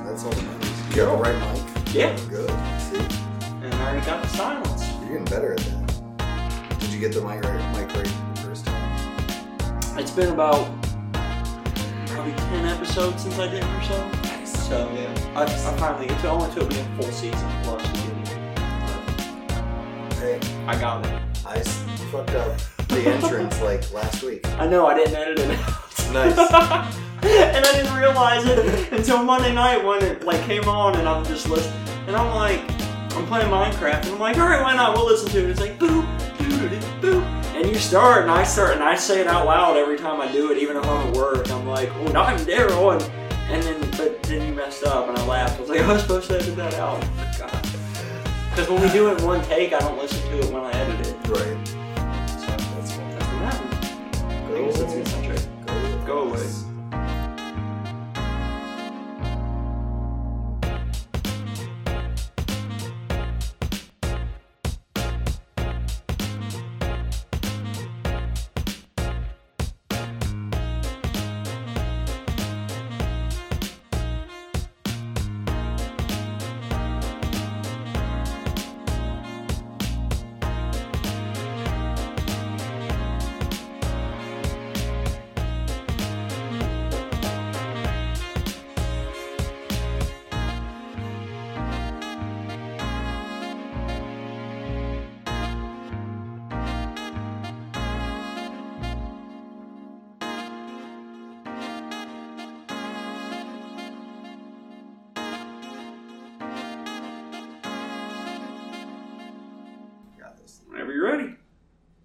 S1: That's all that matters. You got the right mic?
S2: Yeah.
S1: Good. See?
S2: And I already got the silence.
S1: You're getting better at that. Did you get the mic right, mic right the first time?
S2: It's been about probably 10 episodes since I did it or so. So I, I finally, it only took me a full season plus to get it.
S1: Hey,
S2: I got it.
S1: I s- fucked up the
S2: <laughs>
S1: entrance like last week.
S2: I know I didn't edit it out. <laughs>
S1: Nice.
S2: and I didn't realize it until Monday night when it like came on and I'm just listening. And I'm like, I'm playing Minecraft and I'm like, all right, why not? We'll listen to it. It's like boo, doo doo boo. And you start and I start and I say it out loud every time I do it, even if I'm at work. I'm like, oh, now I'm Daryl. And, and then, but then you messed up and I laughed. I was like, I was supposed to edit that out. God. Because when we do it in one take, I don't listen to it when I edit it.
S1: Right.
S2: So that's what happened.
S1: Go,
S2: I think it's- that's a good soundtrack.
S1: go,
S2: Go away.